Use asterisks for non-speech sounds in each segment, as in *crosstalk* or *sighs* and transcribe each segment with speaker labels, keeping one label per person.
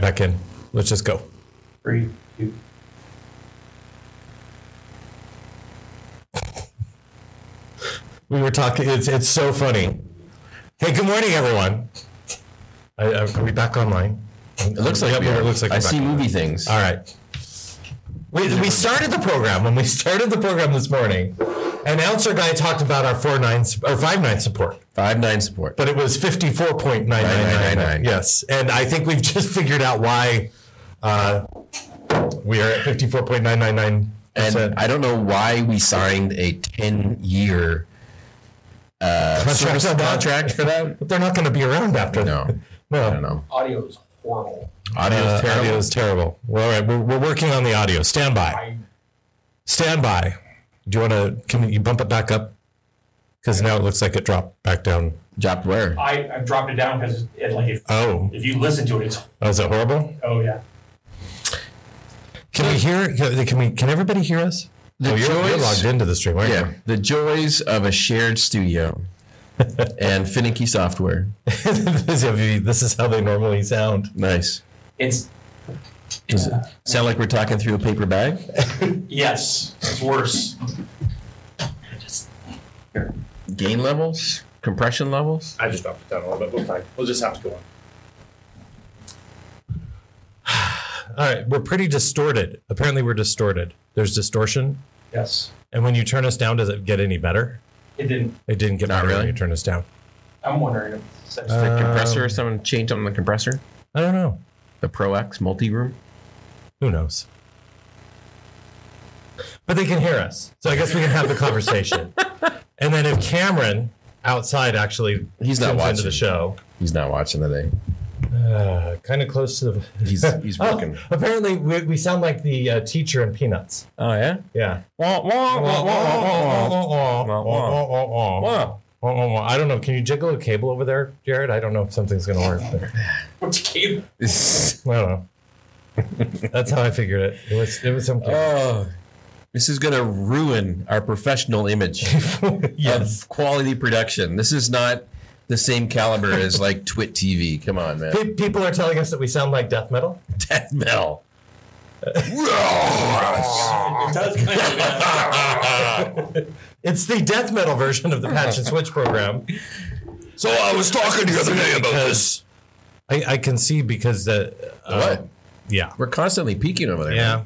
Speaker 1: back in. Let's just go.
Speaker 2: Three, two.
Speaker 1: We were talking. It's it's so funny. Hey, good morning, everyone. I, I, are we back online? It looks like
Speaker 3: we are.
Speaker 1: it looks like
Speaker 3: I
Speaker 1: we're
Speaker 3: see
Speaker 1: back.
Speaker 3: movie things.
Speaker 1: All right. We, we started the program when we started the program this morning. Announcer guy talked about our four nine sup- or five nine support,
Speaker 3: Five nine support.
Speaker 1: but it was fifty four point nine nine nine nine.
Speaker 3: 99.99.
Speaker 1: Yes, and I think we've just *laughs* figured out why uh, we are at fifty four point nine nine nine.
Speaker 3: and I don't know why we signed a ten year service contract for that.
Speaker 1: But they're not going to be around after.
Speaker 3: No,
Speaker 1: no,
Speaker 3: I don't know.
Speaker 2: Audio is horrible.
Speaker 3: Audio
Speaker 1: Uh,
Speaker 3: is terrible.
Speaker 1: audio is terrible. Well, all right, we're, we're working on the audio. Stand by.
Speaker 2: I
Speaker 1: Stand by. Do you want to? Can you bump it back up? Because now it looks like it dropped back down.
Speaker 3: Dropped where?
Speaker 2: I, I dropped it down because it, like if,
Speaker 1: Oh,
Speaker 2: if you listen to it, it's
Speaker 1: oh, is it horrible?
Speaker 2: oh yeah.
Speaker 1: Can we hear? Can we? Can everybody hear us?
Speaker 3: The
Speaker 1: oh, you're, you're
Speaker 3: joys-
Speaker 1: logged into the stream, aren't
Speaker 3: Yeah,
Speaker 1: you?
Speaker 3: the joys of a shared studio and finicky software.
Speaker 1: *laughs* this is- this is how they normally sound.
Speaker 3: Nice.
Speaker 2: It's
Speaker 3: Does it sound like we're talking through a paper bag?
Speaker 2: yes, it's worse.
Speaker 3: Gain levels, compression levels.
Speaker 4: I just dropped it down a little bit. We're fine. We'll just have to go on.
Speaker 1: *sighs* All right, we're pretty distorted. Apparently, we're distorted. There's distortion,
Speaker 2: Yes,
Speaker 1: and when you turn us down, does it get any better?
Speaker 2: it didn't.
Speaker 1: It didn't get
Speaker 3: Not
Speaker 1: better when
Speaker 3: really.
Speaker 1: you turn us down.
Speaker 2: I'm wondering if it's such
Speaker 3: The
Speaker 1: Uh,
Speaker 3: compressor. Someone changed something on the compressor.
Speaker 1: I don't know.
Speaker 3: The Pro X multi room.
Speaker 1: Who knows? But they can hear us. So I guess we can have the
Speaker 3: *laughs*
Speaker 1: conversation. and then if Cameron outside actually
Speaker 3: He's not
Speaker 1: tunes into
Speaker 3: watching.
Speaker 1: the show,
Speaker 3: He's not watching today.
Speaker 1: uh, kind of close to the.
Speaker 3: He's
Speaker 1: *laughs*
Speaker 3: he's
Speaker 1: Oh,
Speaker 3: working.
Speaker 1: apparently, we, we sound like the uh, teacher in Peanuts.
Speaker 3: Oh yeah.
Speaker 1: Yeah.
Speaker 3: Wow.
Speaker 1: I don't know. Can you jiggle a cable over there, Jared? I don't know if something's going to work. But
Speaker 2: which cable? *laughs*
Speaker 1: I don't know. That's how I figured it. It was, it was some cable.
Speaker 3: Oh, *laughs* this is going to ruin our professional *laughs* image
Speaker 1: *laughs*
Speaker 3: of quality production. This is not the same caliber as *laughs* like Twit TV. Come on, man.
Speaker 1: Um, Pe- People are telling us that we sound like death metal.
Speaker 3: *laughs* Death *laughs* metal.
Speaker 2: it does kind of, yeah.
Speaker 1: It's the death metal version of the patch and switch program.
Speaker 3: So I was talking the other day about this.
Speaker 1: I, I can see because the uh,
Speaker 3: What?
Speaker 1: Yeah,
Speaker 3: We're constantly peeking over there.
Speaker 1: yeah.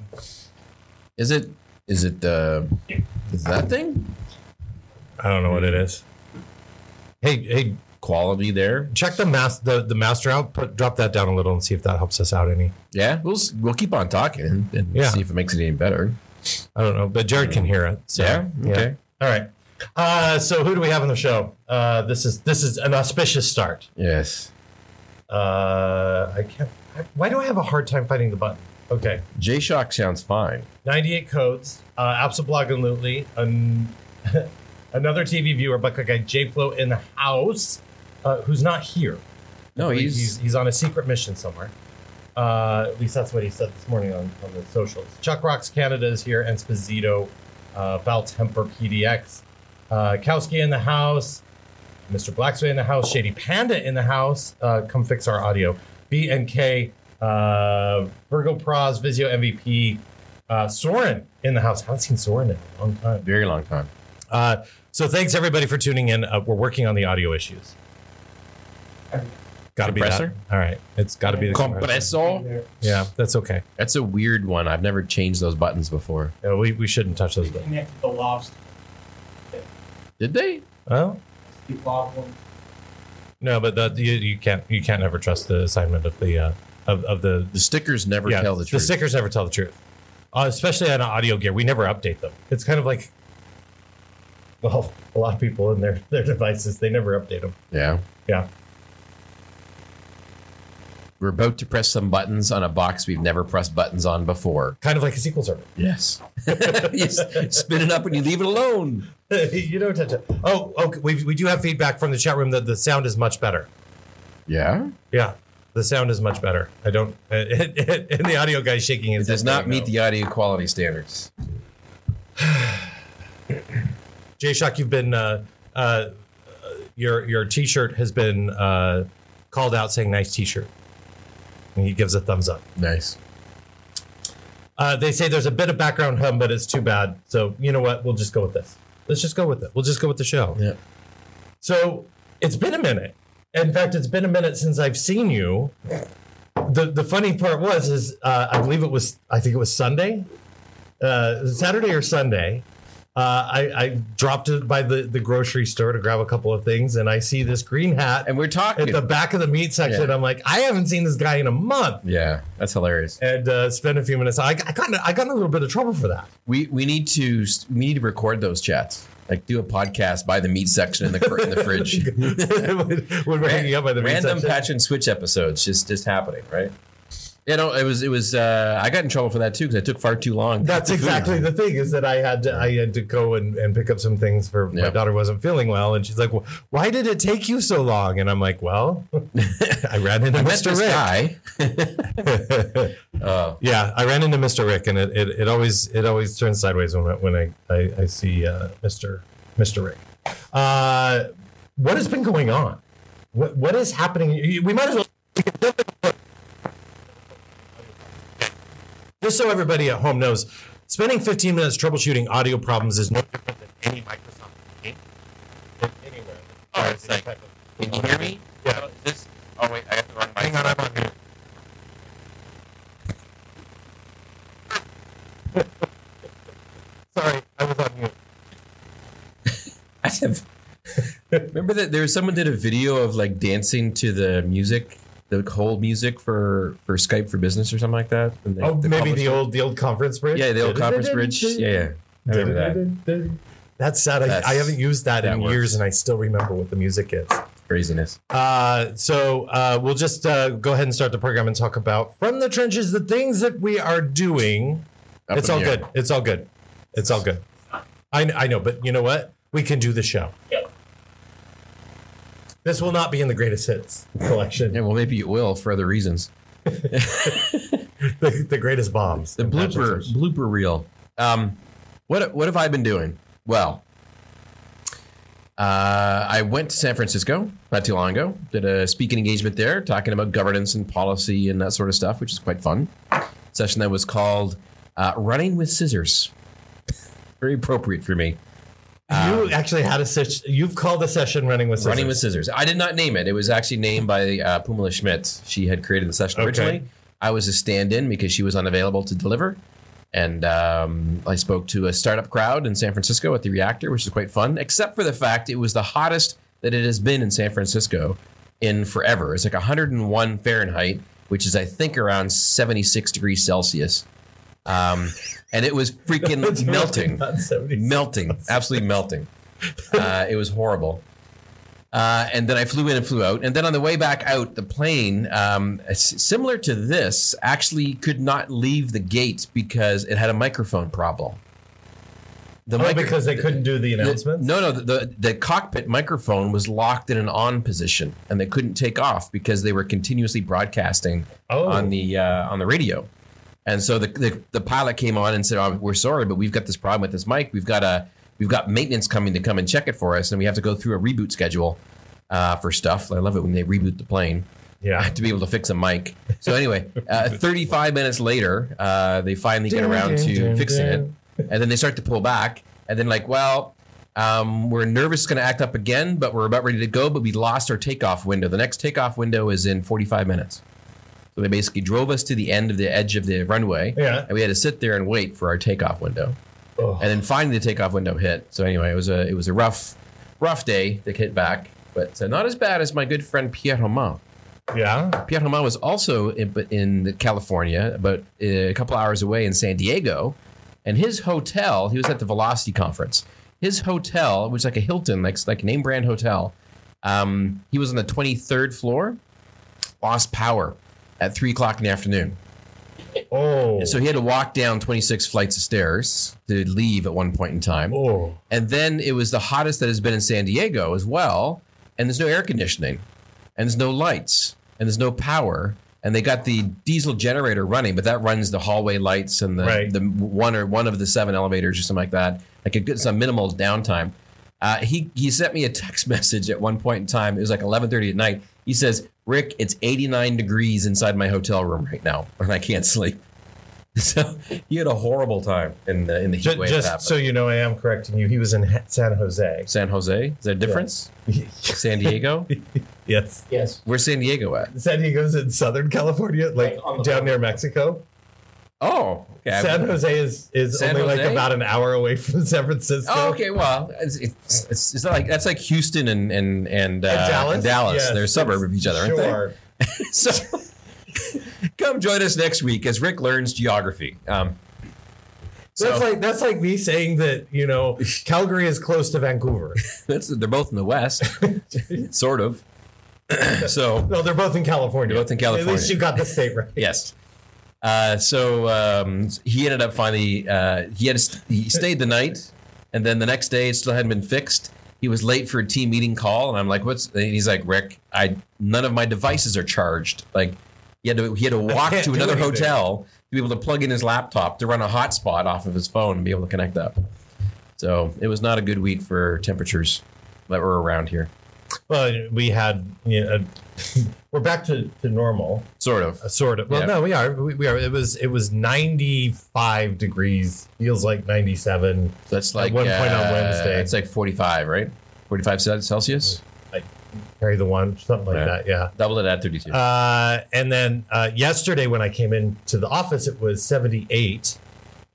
Speaker 3: Is it? Is it? Uh, is that thing
Speaker 1: I don't know what it is. Hey, hey,
Speaker 3: quality there?
Speaker 1: check the mas- the, the master output. Drop that down a little and see if that helps us out any.
Speaker 3: Yeah, we'll s- we'll keep on talking and, and
Speaker 1: Yeah.
Speaker 3: see if it makes it any better.
Speaker 1: I don't know, but Jared can hear it. So,
Speaker 3: Yeah? Okay.
Speaker 1: All right. Uh, so who do we have on the show? Uh, this is this is an auspicious start.
Speaker 3: Yes.
Speaker 1: Uh, I can't. I, why do I have a hard time finding the button? Okay.
Speaker 3: J Shock sounds fine.
Speaker 1: 98 codes, uh, absolutely. An, *laughs* another TV viewer, but like a J Flow in the house, uh, who's not here.
Speaker 3: No,
Speaker 1: he's,
Speaker 3: he's
Speaker 1: he's on a secret mission somewhere. Uh, at least that's what he said this morning on, on the socials. Chuck Rocks Canada is here, and Spazito, uh, Val Temper PDX, uh, Kowski in the house, Mr. Blacksway in the house, Shady Panda in the house. Uh, come fix our audio. B and K, uh, Virgo Pros, Vizio MVP, uh, Soren in the house. haven't seen Soren in a long time.
Speaker 3: very long time.
Speaker 1: Uh, so thanks everybody for tuning in. Uh, we're working on the audio issues. Got to be that.
Speaker 3: Compressor?
Speaker 1: All right, it's got to be the compressor.
Speaker 3: Compresso.
Speaker 2: *laughs*
Speaker 1: Yeah, that's okay.
Speaker 3: That's a weird one. I've never changed those buttons before.
Speaker 1: Yeah, we, we shouldn't touch those. Buttons.
Speaker 2: Connect the lobster,
Speaker 3: Did they?
Speaker 1: Well,
Speaker 2: the lob one.
Speaker 1: no, but that you, you can't you can't ever trust the assignment of the uh, of of the
Speaker 3: The stickers never
Speaker 1: yeah
Speaker 3: tell the, truth.
Speaker 1: stickers never tell the truth, uh, especially on audio gear. We never update them. It's kind of like well, a lot of people and their their devices they never update them.
Speaker 3: yeah.
Speaker 1: Yeah.
Speaker 3: We're about to press some buttons on a box we've never pressed buttons on before.
Speaker 1: Kind of like a SQL server.
Speaker 3: Yes. *laughs* you s- spin it up and you leave it alone.
Speaker 1: *laughs* you don't touch it. Oh, okay. We, we do have feedback from the chat room that the sound is much better.
Speaker 3: Yeah.
Speaker 1: Yeah, the sound is much better. I don't. *laughs* and the audio guy's shaking
Speaker 3: It
Speaker 1: his
Speaker 3: does
Speaker 1: head
Speaker 3: not
Speaker 1: right
Speaker 3: meet
Speaker 1: now.
Speaker 3: the audio quality standards.
Speaker 1: Jay Shock, you've been uh, uh, your your T-shirt has been uh, called out saying nice T-shirt. And he gives a thumbs up.
Speaker 3: Nice.
Speaker 1: Uh, they say there's a bit of background hum, but it's too bad. So you know what? We'll just go with this. Let's just go with it. We'll just go with the show.
Speaker 3: Yeah.
Speaker 1: So it's been a minute. In fact, it's been a minute since I've seen you. The the funny part was is uh, I believe it was I think it was Sunday, uh, Saturday or Sunday. Uh, I, I dropped it by the, the grocery store to grab a couple of things, and I see this green hat
Speaker 3: And we're
Speaker 1: at
Speaker 3: talking.
Speaker 1: the back of the meat section.
Speaker 3: Yeah.
Speaker 1: I'm like, I haven't seen this guy in a month
Speaker 3: yeah, that's hilarious.
Speaker 1: and uh, spend a few minutes. I, I got in- I got in a little bit of trouble for that. *laughs*
Speaker 3: We we need to we need to record those chats. Like do a podcast by the meat section in the fr- in
Speaker 1: *laughs*
Speaker 3: the fridge.
Speaker 1: when we're hanging up by the meat
Speaker 3: random
Speaker 1: section.
Speaker 3: patch and switch episodes just just happening, right? You know, it was it was. Uh, I got in trouble for that too because I took far too long.
Speaker 1: That's
Speaker 3: with the food.
Speaker 1: exactly the thing is that I had to, I had to go and, and pick up some things for my
Speaker 3: Yeah.
Speaker 1: daughter wasn't feeling well and she's like, well, why did it take you so long? And I'm like, well, *laughs* I ran into
Speaker 3: I met
Speaker 1: Mr.
Speaker 3: this
Speaker 1: Rick.
Speaker 3: guy.
Speaker 1: *laughs*
Speaker 3: Uh,
Speaker 1: yeah, I ran into Mr. Rick and it, it, it always it always turns sideways when I, when I I, I see uh, Mr. Mr. Rick. Uh, what has been going on? What what is happening? You- We might as well. Just so everybody at home knows, spending 15 minutes troubleshooting audio problems is no different than any Microsoft team or anywhere.
Speaker 5: Oh, it's like- Can you hear me?
Speaker 1: Yeah.
Speaker 5: Oh, is this, oh wait, I got the wrong mic.
Speaker 1: Hang on, I'm on here. Sorry, I was on mute.
Speaker 3: *laughs* I have, remember that there was someone did a video of like dancing to the music, the whole music for for Skype for Business or something like that. and they-
Speaker 1: Oh,
Speaker 3: they
Speaker 1: maybe
Speaker 3: published
Speaker 1: the
Speaker 3: it.
Speaker 1: old the old conference bridge.
Speaker 3: yeah the old conference bridge. Yeah, yeah. I remember that.
Speaker 1: that. That's sad. I,
Speaker 3: That's-
Speaker 1: I haven't used that, in
Speaker 3: that works.
Speaker 1: years, and I still remember what the music is.
Speaker 3: Craziness.
Speaker 1: Uh, so uh, we'll just uh, go ahead and start the program and talk about from the trenches the things that we are doing.
Speaker 3: Up
Speaker 1: it's
Speaker 3: in
Speaker 1: all
Speaker 3: the air.
Speaker 1: good. It's all good. It's all good. I, kn- I know, but you know what? We can do the show.
Speaker 2: Yep.
Speaker 1: This will not be in the greatest hits collection.
Speaker 3: Yeah, well, maybe it will for other reasons.
Speaker 1: *laughs* the, the greatest bombs.
Speaker 3: The
Speaker 1: and
Speaker 3: blooper
Speaker 1: patches.
Speaker 3: blooper reel. Um, what what have I been doing? Well, uh, I went to San Francisco not too long ago. Did a speaking engagement there, talking about governance and policy and that sort of stuff, which is quite fun. Session that was called uh, "Running with Scissors." *laughs* Very appropriate for me.
Speaker 1: you actually had a session. You've called a session running with
Speaker 3: Um, Running with
Speaker 1: scissors.
Speaker 3: scissors. I did not name it. It was actually named by uh, Pumela Schmidt. She had created the session
Speaker 1: Okay.
Speaker 3: originally. I was a stand-in because she was unavailable to deliver, and um, I spoke to a startup crowd in San Francisco at the Reactor, which was quite fun. Except for the fact it was the hottest that it has been in San Francisco in forever. It's like 101 Fahrenheit, which is I think around 76 degrees Celsius, um, and it
Speaker 1: *laughs*
Speaker 3: was
Speaker 1: It's
Speaker 3: freaking
Speaker 1: really
Speaker 3: melting
Speaker 1: not 70.
Speaker 3: melting, absolutely melting. Uh, it was horrible. Uh, and then I flew in and flew out. And then on the way back out, the plane, um, s- similar to this, actually could not leave the gate because it had a microphone problem. The
Speaker 1: Oh,
Speaker 3: micro-
Speaker 1: because they couldn't do the
Speaker 3: the-
Speaker 1: announcements.
Speaker 3: No, no, the, the cockpit microphone was locked in an on position, and they couldn't take off because they were continuously broadcasting
Speaker 1: oh,
Speaker 3: on the uh, on the radio. And so the, the the pilot came on and said, oh, "We're sorry, but we've got this problem with this mic. We've got a we've got maintenance coming to come and check it for us, and we have to go through a reboot schedule uh, for stuff. I love it when they reboot the plane
Speaker 1: yeah.
Speaker 3: to be able to fix a mic. So anyway, uh, 35 minutes later, uh, they finally get around to fixing it, and then they start to pull back, and then like, well. Um, we're nervous it's going to act up again, but we're about ready to go. But we lost our takeoff window. The next takeoff window is in 45 minutes. So they basically drove us to the end of the edge of the runway,
Speaker 1: Yeah.
Speaker 3: and we had to sit there and wait for our takeoff window.
Speaker 1: Oh.
Speaker 3: And then finally, the takeoff window hit. So anyway, it was a it was a rough, rough day to hit back, but uh, not as bad as my good friend Pierre Romain.
Speaker 1: yeah.
Speaker 3: Pierre Romain was also in, in California, about uh, a couple hours away in San Diego, and his hotel. He was at the Velocity conference. His hotel, which is like a Hilton, like like name brand hotel, um, he was on the 23rd floor, lost power at three o'clock in the afternoon.
Speaker 1: Oh.
Speaker 3: So he had to walk down 26 flights of stairs to leave at one point in time.
Speaker 1: oh.
Speaker 3: And then it was the hottest that has been in San Diego as well. And there's no air conditioning, and there's no lights, and there's no power. And they got the diesel generator running, but that runs the hallway lights and the,
Speaker 1: Right.
Speaker 3: the one or one of the seven elevators or something like that. Like a good some minimal downtime. *laughs* Uh, he he sent me a text message at one point in time. It was like 11:30 at night. He says, Rick, it's 89 degrees inside my hotel room right now, *laughs* and I can't sleep. So he had a horrible time in the in the heat
Speaker 1: Ju-
Speaker 3: wave. that happened.
Speaker 1: Just so you know, I am correcting you. He was in Ha- San Jose. *laughs*
Speaker 3: San Jose, is there a difference? San Diego,
Speaker 1: yes.
Speaker 2: Yes.
Speaker 3: where's San Diego at?
Speaker 1: San Diego's in Southern California, like
Speaker 2: Like on the
Speaker 1: down
Speaker 2: mountain.
Speaker 1: near Mexico.
Speaker 3: Oh, okay. I-
Speaker 1: San Jose is is
Speaker 3: San
Speaker 1: only like
Speaker 3: Jose?
Speaker 1: about an hour away from *laughs* San Francisco.
Speaker 3: Oh, okay. Well, it's, it's, it's, it's not like that's like Houston and and and, uh,
Speaker 1: And Dallas,
Speaker 3: and Dallas.
Speaker 1: yes,
Speaker 3: They're a suburb of each other, aren't they?
Speaker 1: Sure.
Speaker 3: *laughs* So come join us next week as Rick learns geography. Um, so
Speaker 1: That's like that's like me saying that you know Calgary is close to Vancouver. *laughs*
Speaker 3: that's- they're both in the West, sort of. *clears throat* so
Speaker 1: No, they're both in California.
Speaker 3: They're both in
Speaker 1: At
Speaker 3: California.
Speaker 1: least you got the state right.
Speaker 3: yes. Uh, so um, he ended up finally uh, he had st- he stayed the night, and then the next day it still hadn't been fixed. He was late for a team meeting call, and I'm like, "What's?" And he's like, "Rick, I none of my devices are charged. Like, he had to he had
Speaker 1: *laughs*
Speaker 3: to walk
Speaker 1: can't
Speaker 3: to
Speaker 1: do
Speaker 3: another
Speaker 1: anything."
Speaker 3: hotel to be able to plug in his laptop to run a hotspot off of his phone and be able to connect up." So it was not a good week for temperatures that were around here.
Speaker 1: *laughs* Well, we had you know, *laughs* we're back to, to normal,
Speaker 3: Sort of.
Speaker 1: uh, sort of. Well,
Speaker 3: Yeah.
Speaker 1: no, we are we, we are. It was it was ninety five degrees. Feels like ninety seven.
Speaker 3: That's like
Speaker 1: one point on
Speaker 3: uh,
Speaker 1: Wednesday.
Speaker 3: It's like 45, right? 45 ce- Celsius.
Speaker 1: Carry the one, something like
Speaker 3: Yeah.
Speaker 1: that. Yeah.
Speaker 3: Double it at 32.
Speaker 1: Uh, and then uh, yesterday when I came in to the office, it was 78.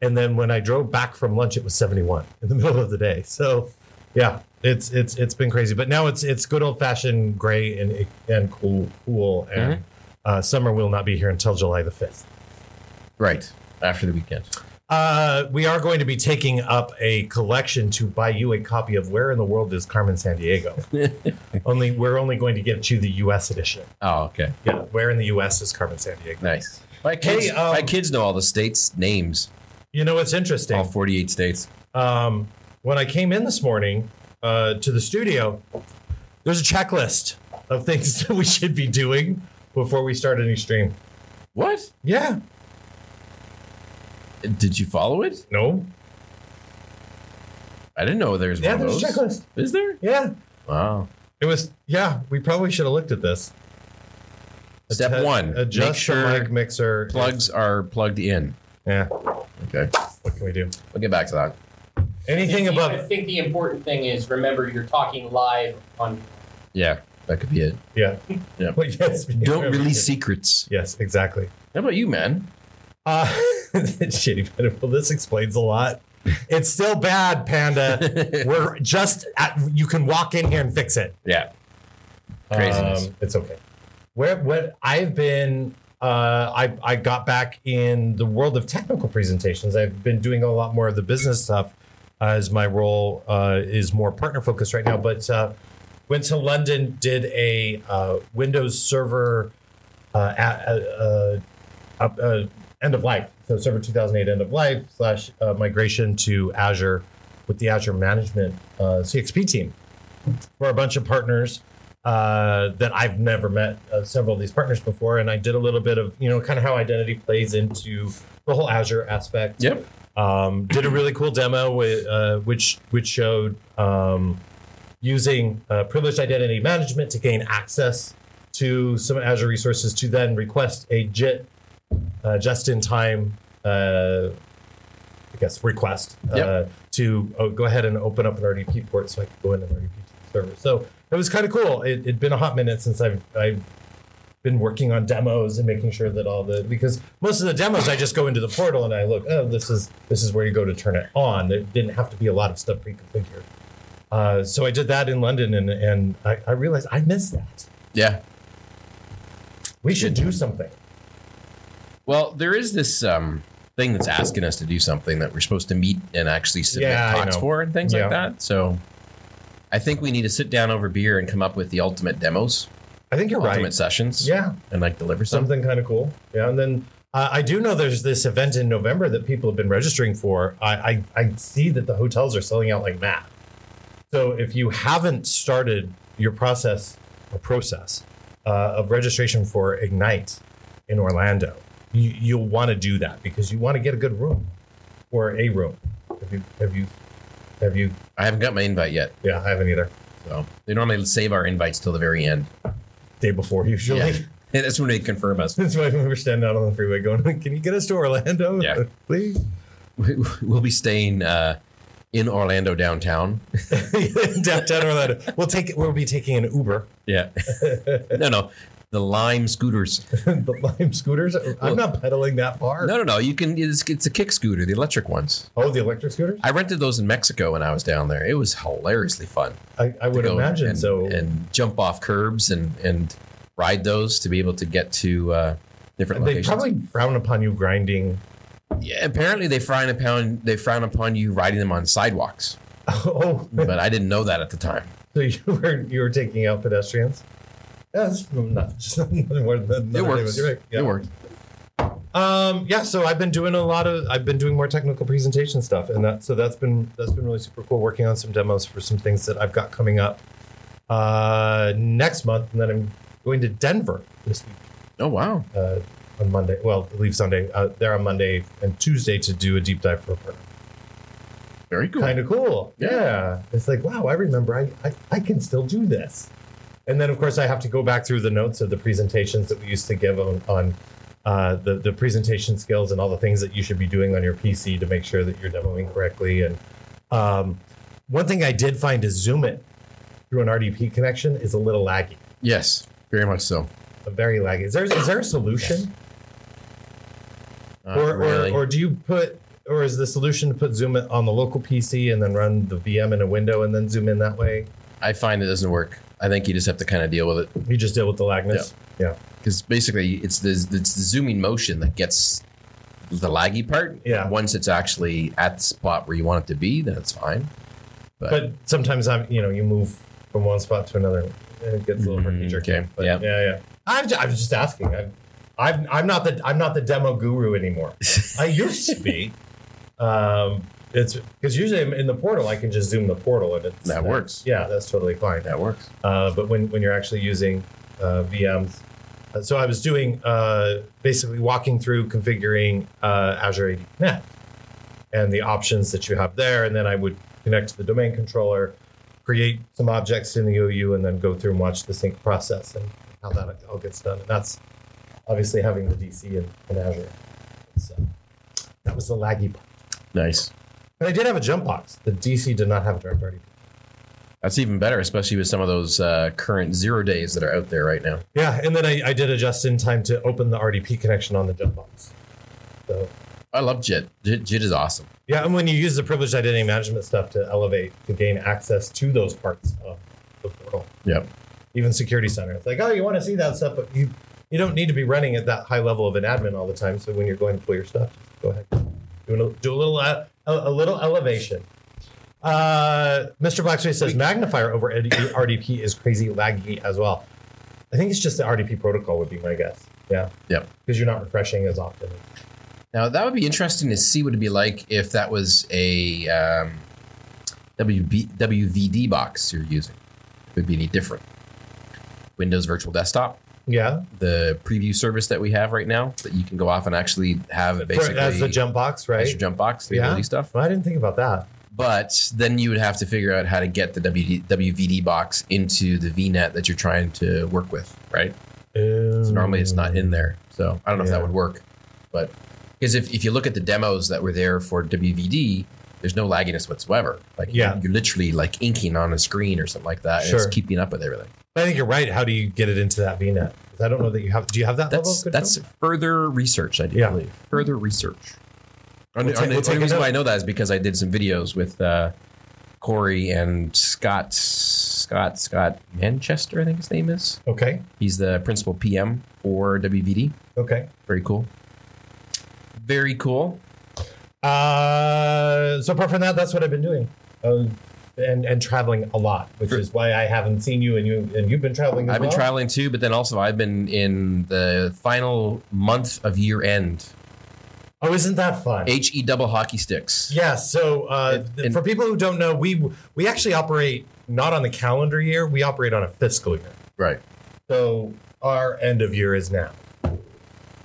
Speaker 1: And then when I drove back from lunch, it was 71 in the *laughs* middle of the day. So yeah, it's it's it's been crazy. But now it's it's good old fashioned gray and and cool cool and uh, summer will not be here until July the 5th.
Speaker 3: right. After the weekend.
Speaker 1: Uh, we are going to be taking up a collection to buy you a copy of Where in the World is Carmen San Diego? only we're only going to get you the US edition.
Speaker 3: Oh, okay.
Speaker 1: Yeah. Where in the US is Carmen San Diego?
Speaker 3: Nice. My kids,
Speaker 1: Hey, um,
Speaker 3: my kids know all the states' names,
Speaker 1: You know what's interesting?
Speaker 3: all 48 states.
Speaker 1: um, when I came in this morning uh, to the studio, there's a checklist of things *laughs* that we should be doing before we start any stream.
Speaker 3: What?
Speaker 1: Yeah.
Speaker 3: Did you follow it?
Speaker 1: No.
Speaker 3: I didn't know there was
Speaker 1: Yeah,
Speaker 3: one of
Speaker 1: there's a
Speaker 3: those.
Speaker 1: checklist.
Speaker 3: Is there?
Speaker 1: Yeah.
Speaker 3: Wow.
Speaker 1: It was. Yeah. We probably should have looked at this.
Speaker 3: Step
Speaker 1: Adjust-
Speaker 3: one,
Speaker 1: Adjust
Speaker 3: make
Speaker 1: the
Speaker 3: sure
Speaker 1: mic mixer.
Speaker 3: plugs are plugged in.
Speaker 1: Yeah.
Speaker 3: Okay.
Speaker 1: What can we do?
Speaker 3: We'll get back to that.
Speaker 1: Anything
Speaker 6: I
Speaker 1: above.
Speaker 6: think the important thing is remember you're talking live on.
Speaker 3: Yeah, that could be it.
Speaker 1: Yeah.
Speaker 3: Yeah.
Speaker 1: Well, yes. *laughs*
Speaker 3: Don't release secrets.
Speaker 1: Yes. Exactly.
Speaker 3: How about you, man?
Speaker 1: Uh, *laughs* shitty. Well, this explains a lot. It's still bad, Panda. We're just at, you can walk in here and fix it. Um,
Speaker 3: yeah. Craziness.
Speaker 1: it's okay. Where what I've been uh, I I got back in the world of technical presentations. I've been doing a lot more of the business stuff as my role uh, is more partner focused right now. But uh, went to London, did a uh, Windows Server uh, a, a, a, a, end of life, so Server 2008 end of life slash uh, migration to Azure with the Azure management uh, CXP team. We're a bunch of partners uh, that I've never met uh, several of these partners before, and I did a little bit of you know kind of how identity plays into the whole Azure aspect.
Speaker 3: Yep.
Speaker 1: Um, did a really cool demo with uh, which which showed um, using uh, privileged identity management to gain access to some Azure resources to then request a JIT uh, just in time. Uh, I guess request uh,
Speaker 3: Yep.
Speaker 1: to oh, go ahead and open up an RDP port so I could go in an RDP server. So it was kind of cool. It, it'd been a hot minute since I've I've been working on demos and making sure that all the because most of the demos I just go into the portal and I look oh this is this is where you go to turn it on. There didn't have to be a lot of stuff pre-configured. Uh, so I did that in London and and I, I realized I missed that.
Speaker 3: Yeah.
Speaker 1: We should do something.
Speaker 3: Well, there is this um, thing that's asking us to do something that we're supposed to meet and actually submit
Speaker 1: Yeah, I
Speaker 3: talks
Speaker 1: know.
Speaker 3: for and things
Speaker 1: Yeah.
Speaker 3: like that. So I think we need to sit down over beer and come up with the ultimate demos,
Speaker 1: I think you're
Speaker 3: ultimate
Speaker 1: right.
Speaker 3: sessions,
Speaker 1: Yeah.
Speaker 3: and like deliver something.
Speaker 1: something kind of cool. Yeah, and then uh, I do know there's this event in November that people have been registering for. I, I I see that the hotels are selling out like mad. So if you haven't started your process or process uh, of registration for Ignite in Orlando, you, you'll want to do that because you want to get a good room or a room. Have you have you have you?
Speaker 3: I haven't got my invite yet,
Speaker 1: Yeah, I haven't either.
Speaker 3: so they normally save our invites till the very end. *laughs*
Speaker 1: day before usually. *laughs*
Speaker 3: Yeah. And that's when they confirm us. *laughs*
Speaker 1: That's why we were standing out on the freeway going, "Can you get us to Orlando,
Speaker 3: Yeah.
Speaker 1: *laughs* please?"
Speaker 3: We- We'll be staying uh, in Orlando downtown.
Speaker 1: *laughs* Downtown Orlando. We'll take. We'll be taking an Uber. *laughs*
Speaker 3: Yeah. *laughs* no, no. The Lime scooters.
Speaker 1: the Lime scooters. I'm not pedaling that far.
Speaker 3: No, no, no. You can. It's, it's a kick scooter, the electric ones.
Speaker 1: Oh, the electric scooters.
Speaker 3: I rented those in Mexico when I was down there. It was hilariously fun.
Speaker 1: I, I
Speaker 3: to
Speaker 1: would
Speaker 3: go
Speaker 1: imagine
Speaker 3: and,
Speaker 1: so.
Speaker 3: And jump off curbs and and ride those to be able to get to uh, different
Speaker 1: they
Speaker 3: locations.
Speaker 1: probably frown upon you grinding. *laughs*
Speaker 3: yeah, apparently they frown upon they frown upon you riding them
Speaker 1: *laughs*
Speaker 3: on sidewalks,
Speaker 1: Oh,
Speaker 3: but I didn't know that at the time.
Speaker 1: so you were you were taking out pedestrians? Yes, not *laughs* just nothing more than
Speaker 3: It
Speaker 1: another day
Speaker 3: works.
Speaker 1: with- right, yeah.
Speaker 3: It worked.
Speaker 1: Um, yeah, so I've been doing a lot of I've been doing more technical presentation stuff, and that so that's been that's been really super cool. Working on some demos for some things that I've got coming up uh, next month, and then I'm going to Denver this week
Speaker 3: Oh wow.
Speaker 1: uh, on Monday. Well, leave Sunday. Uh, there on Monday and Tuesday to do a deep dive for a partner.
Speaker 3: Very cool.
Speaker 1: kind of cool.
Speaker 3: Yeah.
Speaker 1: Yeah. It's like, wow, I remember I, I, I can still do this. And then, of course, I have to go back through the notes of the presentations that we used to give on, on uh, the, the presentation skills and all the things that you should be doing on your PC to make sure that you're demoing correctly. And um, one thing I did find is Zoom it through an RDP connection is a little laggy,
Speaker 3: Yes, very much so.
Speaker 1: very laggy. Is there, is there a solution?
Speaker 3: Not
Speaker 1: or,
Speaker 3: really.
Speaker 1: or, or do you put, or is the solution to put Zoom it on the local PC and then run the VM in a window and then Zoom in that way?
Speaker 3: I find it doesn't work. I think you just have to kind of deal with it
Speaker 1: You just deal with the lagness.
Speaker 3: because basically it's the it's the zooming motion that gets the laggy part.
Speaker 1: Yeah.
Speaker 3: Once it's actually at the spot where you want it to be, then it's fine.
Speaker 1: But sometimes I'm, you know, you move from one spot to another, and it gets a little
Speaker 3: Mhm,
Speaker 1: herky jerky.
Speaker 3: okay,
Speaker 1: But
Speaker 3: yeah.
Speaker 1: yeah, yeah. I'm just, I'm just asking. I'm, I'm, I'm not the, I'm not the demo guru
Speaker 3: *laughs*
Speaker 1: anymore. I used to be. Um, it's because usually I'm in the portal, I can just zoom the portal, and it's
Speaker 3: That works.
Speaker 1: Yeah, that's totally fine.
Speaker 3: That works.
Speaker 1: Uh, but when, when you're actually using uh, VMs. Uh, So I was doing uh, basically walking through configuring uh, Azure AD Connect and the options that you have there. And then I would connect to the domain controller, create some objects in the OU, and then go through and watch the sync process and how that all gets done. And that's obviously having the DC in, in Azure. So that was the laggy part.
Speaker 3: Nice.
Speaker 1: But I did have a jump box. The DC did not have a direct RDP.
Speaker 3: That's even better, especially with some of those uh, current zero days that are out there right now.
Speaker 1: Yeah, and then I, I did adjust in time to open the RDP connection on the jump box. So
Speaker 3: I love JIT. JIT, JIT is awesome.
Speaker 1: yeah, and when you use the privileged identity management stuff to elevate to gain access to those parts of the portal.
Speaker 3: Yep.
Speaker 1: Even security center. It's like, oh, you want to see that stuff, but you you don't need to be running at that high level of an admin all the time. So when you're going to pull your stuff, just go ahead. Do a, do a little uh, a, a little elevation. Uh, Mr. Blackshear says magnifier over E RDP is crazy laggy as well. I think it's just the RDP protocol would be my guess. Yeah.
Speaker 3: Yep.
Speaker 1: Because you're not refreshing as often.
Speaker 3: Now that would be interesting to see what it'd be like if that was a um, WB, WVD box you're using. It would be any different. Windows Virtual Desktop,
Speaker 1: Yeah.
Speaker 3: the preview service that we have right now, that you can go off and actually have
Speaker 1: For,
Speaker 3: basically
Speaker 1: as the jump box, right?
Speaker 3: as your jump box to be able to
Speaker 1: Yeah.
Speaker 3: do stuff.
Speaker 1: Well, I didn't think about that.
Speaker 3: But then you would have to figure out how to get the WD, WVD box into the VNet that you're trying to work with, right?
Speaker 1: Um,
Speaker 3: So normally it's not in there. So I don't know if that
Speaker 1: Mm. Yeah.
Speaker 3: would work. But because if, if you look at the demos that were there for WVD, there's no lagginess whatsoever. Like
Speaker 1: Yeah.
Speaker 3: you're, you're literally like inking on a screen or something like that. And
Speaker 1: Sure.
Speaker 3: it's keeping up with everything.
Speaker 1: But I think you're right. How do you get it into that VNet? 'Cause I don't know that you have. Do you have that level?
Speaker 3: That's
Speaker 1: of control?
Speaker 3: that's further research, I do
Speaker 1: Yeah.
Speaker 3: believe. Further research. And
Speaker 1: We'll
Speaker 3: the-
Speaker 1: ta-
Speaker 3: and the
Speaker 1: we'll take
Speaker 3: only reason
Speaker 1: it
Speaker 3: why
Speaker 1: up.
Speaker 3: I know that is because I did some videos with uh, Corey and Scott Scott Scott Manchester, I think his name is.
Speaker 1: okay.
Speaker 3: He's the principal PM for WVD.
Speaker 1: Okay.
Speaker 3: Very cool. Very cool.
Speaker 1: Uh, so apart from that, that's what I've been doing, uh, and and traveling a lot, which
Speaker 3: For-
Speaker 1: is why I haven't seen you and you and you've been traveling. As
Speaker 3: I've been
Speaker 1: well?
Speaker 3: traveling too, but then also I've been in the final month of year end.
Speaker 1: Oh, isn't that fun?
Speaker 3: HE double hockey sticks.
Speaker 1: Yeah. So uh,
Speaker 3: And-
Speaker 1: th-
Speaker 3: and-
Speaker 1: for people who don't know, we we actually operate not on the calendar year. We operate on a fiscal year.
Speaker 3: Right.
Speaker 1: So our end of year is now.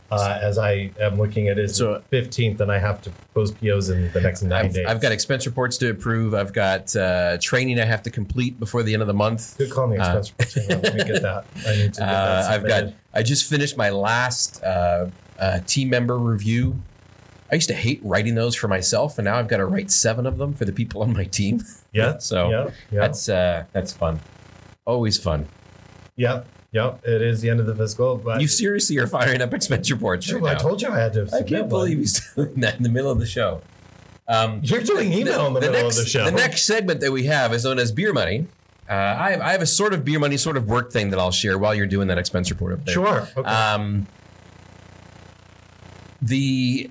Speaker 1: uh, as I am looking at is
Speaker 3: So-
Speaker 1: 15th, and I have to close POs in the next 9
Speaker 3: I've,
Speaker 1: days.
Speaker 3: I've got expense reports to approve. I've got uh, training I have to complete before the end of the month.
Speaker 1: Good call me
Speaker 3: Uh,
Speaker 1: expense. report. Hang on, Let me get that. I need to get that
Speaker 3: *laughs* Uh, I've got.
Speaker 1: submitted.
Speaker 3: I just finished my last uh, uh, team member review. I used to hate writing those for myself, and now I've got to write seven of them for the people on my team.
Speaker 1: *laughs* Yeah.
Speaker 3: So
Speaker 1: yeah. Yeah.
Speaker 3: that's uh, that's fun. Always fun.
Speaker 1: Yep. Yep. It is the end of the fiscal. But
Speaker 3: You seriously are firing up expense reports right
Speaker 1: True, I
Speaker 3: now.
Speaker 1: told you I had to.
Speaker 3: I
Speaker 1: submit
Speaker 3: can't
Speaker 1: one.
Speaker 3: believe he's *laughs* doing that in the middle of the show. Um,
Speaker 1: you're doing email in the, middle
Speaker 3: next,
Speaker 1: of the show.
Speaker 3: next segment that we have is known as beer money. Uh, I, have, I have a sort of beer money, sort of work thing that I'll share while you're doing that expense report up there.
Speaker 1: sure. Okay.
Speaker 3: Um, the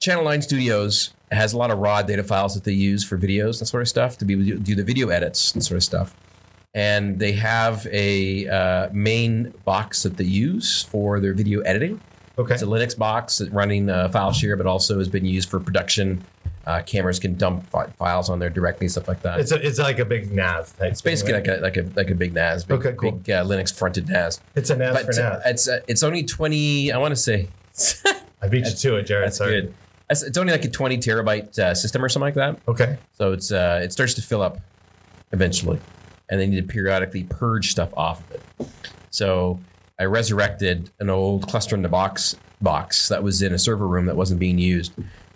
Speaker 3: Channel 9 Studios has a lot of raw data files that they use for videos and sort of stuff to be able to do the video edits and sort of stuff. And they have a uh, main box that they use for their video editing.
Speaker 1: okay.
Speaker 3: It's a Linux box that running uh, file share, but also has been used for production. Uh, cameras can dump fi- files on there directly, stuff like that. It's,
Speaker 1: It's a, it's like a big NAS type. thing,
Speaker 3: basically
Speaker 1: right?
Speaker 3: like a like a like a big NAS, big,
Speaker 1: Okay, cool.
Speaker 3: big uh, Linux fronted NAS.
Speaker 1: it's a NAS
Speaker 3: but
Speaker 1: for NAS.
Speaker 3: it's uh, it's only twenty. I want to say
Speaker 1: I beat you to it, Jared.
Speaker 3: that's
Speaker 1: Sorry.
Speaker 3: good. That's, it's only like a twenty terabyte uh, system or something like that.
Speaker 1: Okay.
Speaker 3: So it's uh, it starts to fill up eventually, and they need to periodically purge stuff off of it. So I resurrected an old cluster in the box box that was in a server room that wasn't being used,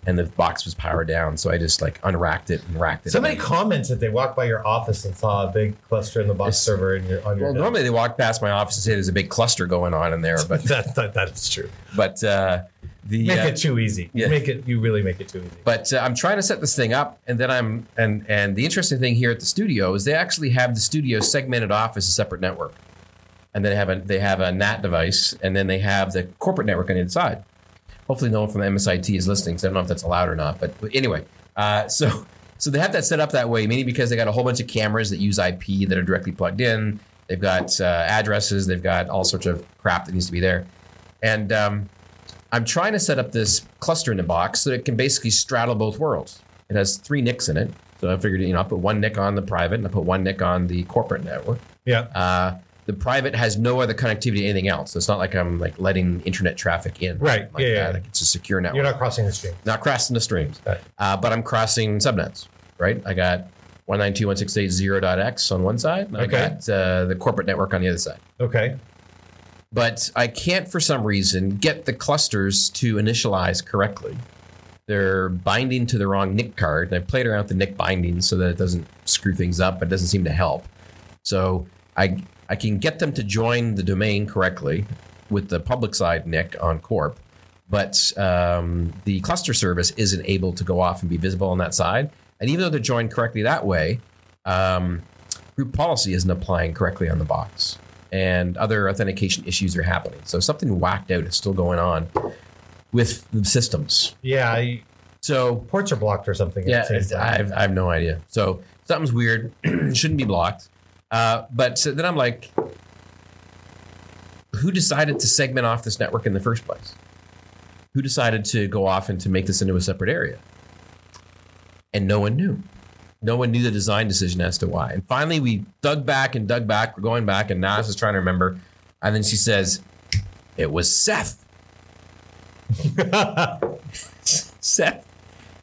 Speaker 3: and the box was powered down. So I just like unracked it and racked it.
Speaker 1: Somebody commented they walked by your office and saw a big cluster in the box
Speaker 3: It's-
Speaker 1: server in your on your
Speaker 3: well,
Speaker 1: desk.
Speaker 3: normally they walk past my office and say there's a big cluster going on in there, but
Speaker 1: that, that that is true.
Speaker 3: but uh, the
Speaker 1: Make
Speaker 3: uh,
Speaker 1: it too easy. You
Speaker 3: Yeah.
Speaker 1: Make it. You really make it too easy.
Speaker 3: But uh, I'm trying to set this thing up, and then I'm and and the interesting thing here at the studio is they actually have the studio segmented off as a separate network, and then they have a they have a NAT device, and then they have the corporate network on the inside. Hopefully, no one from MSIT is listening, so I don't know if that's allowed or not. But, but anyway, uh, *laughs* so so they have that set up that way, mainly because they got a whole bunch of cameras that use IP that are directly plugged in. They've got uh, addresses, they've got all sorts of crap that needs to be there, and. Um, I'm trying to set up this cluster in a box so that it can basically straddle both worlds. It has three NICs in it. So I figured, you know, I'll put one NIC on the private and I'll put one NIC on the corporate network.
Speaker 1: yeah.
Speaker 3: Uh, the private has no other connectivity to anything else. It's not like I'm like letting internet traffic in.
Speaker 1: Right.
Speaker 3: Like
Speaker 1: Yeah,
Speaker 3: that.
Speaker 1: yeah.
Speaker 3: Like it's a secure network
Speaker 1: You're not crossing the stream.
Speaker 3: not crossing the streams,
Speaker 1: Right.
Speaker 3: uh, but I'm crossing subnets, right? I got 192.168.0.x on one side, and I
Speaker 1: Okay.
Speaker 3: got uh, the corporate network on the other side.
Speaker 1: Okay.
Speaker 3: But I can't, for some reason, get the clusters to initialize correctly. They're binding to the wrong NIC card, and I played around with the NIC binding so that it doesn't screw things up, but it doesn't seem to help. So I I can get them to join the domain correctly with the public side NIC on Corp, but um, the cluster service isn't able to go off and be visible on that side. And even though they're joined correctly that way, um, group policy isn't applying correctly on the box, and other authentication issues are happening. So something whacked out is still going on with the systems.
Speaker 1: Yeah. I,
Speaker 3: So
Speaker 1: ports are blocked or something.
Speaker 3: yeah,
Speaker 1: It seems
Speaker 3: it's-
Speaker 1: like.
Speaker 3: I've, I have no idea. So something's weird. *clears throat* Shouldn't be blocked. Uh, but so then I'm like, who decided to segment off this network in the first place? Who decided to go off and to make this into a separate area? And no one knew. No one knew the design decision as to why. And finally, we dug back and dug back. We're going back, and Nas is trying to remember. And then she says, "It was Seth." Seth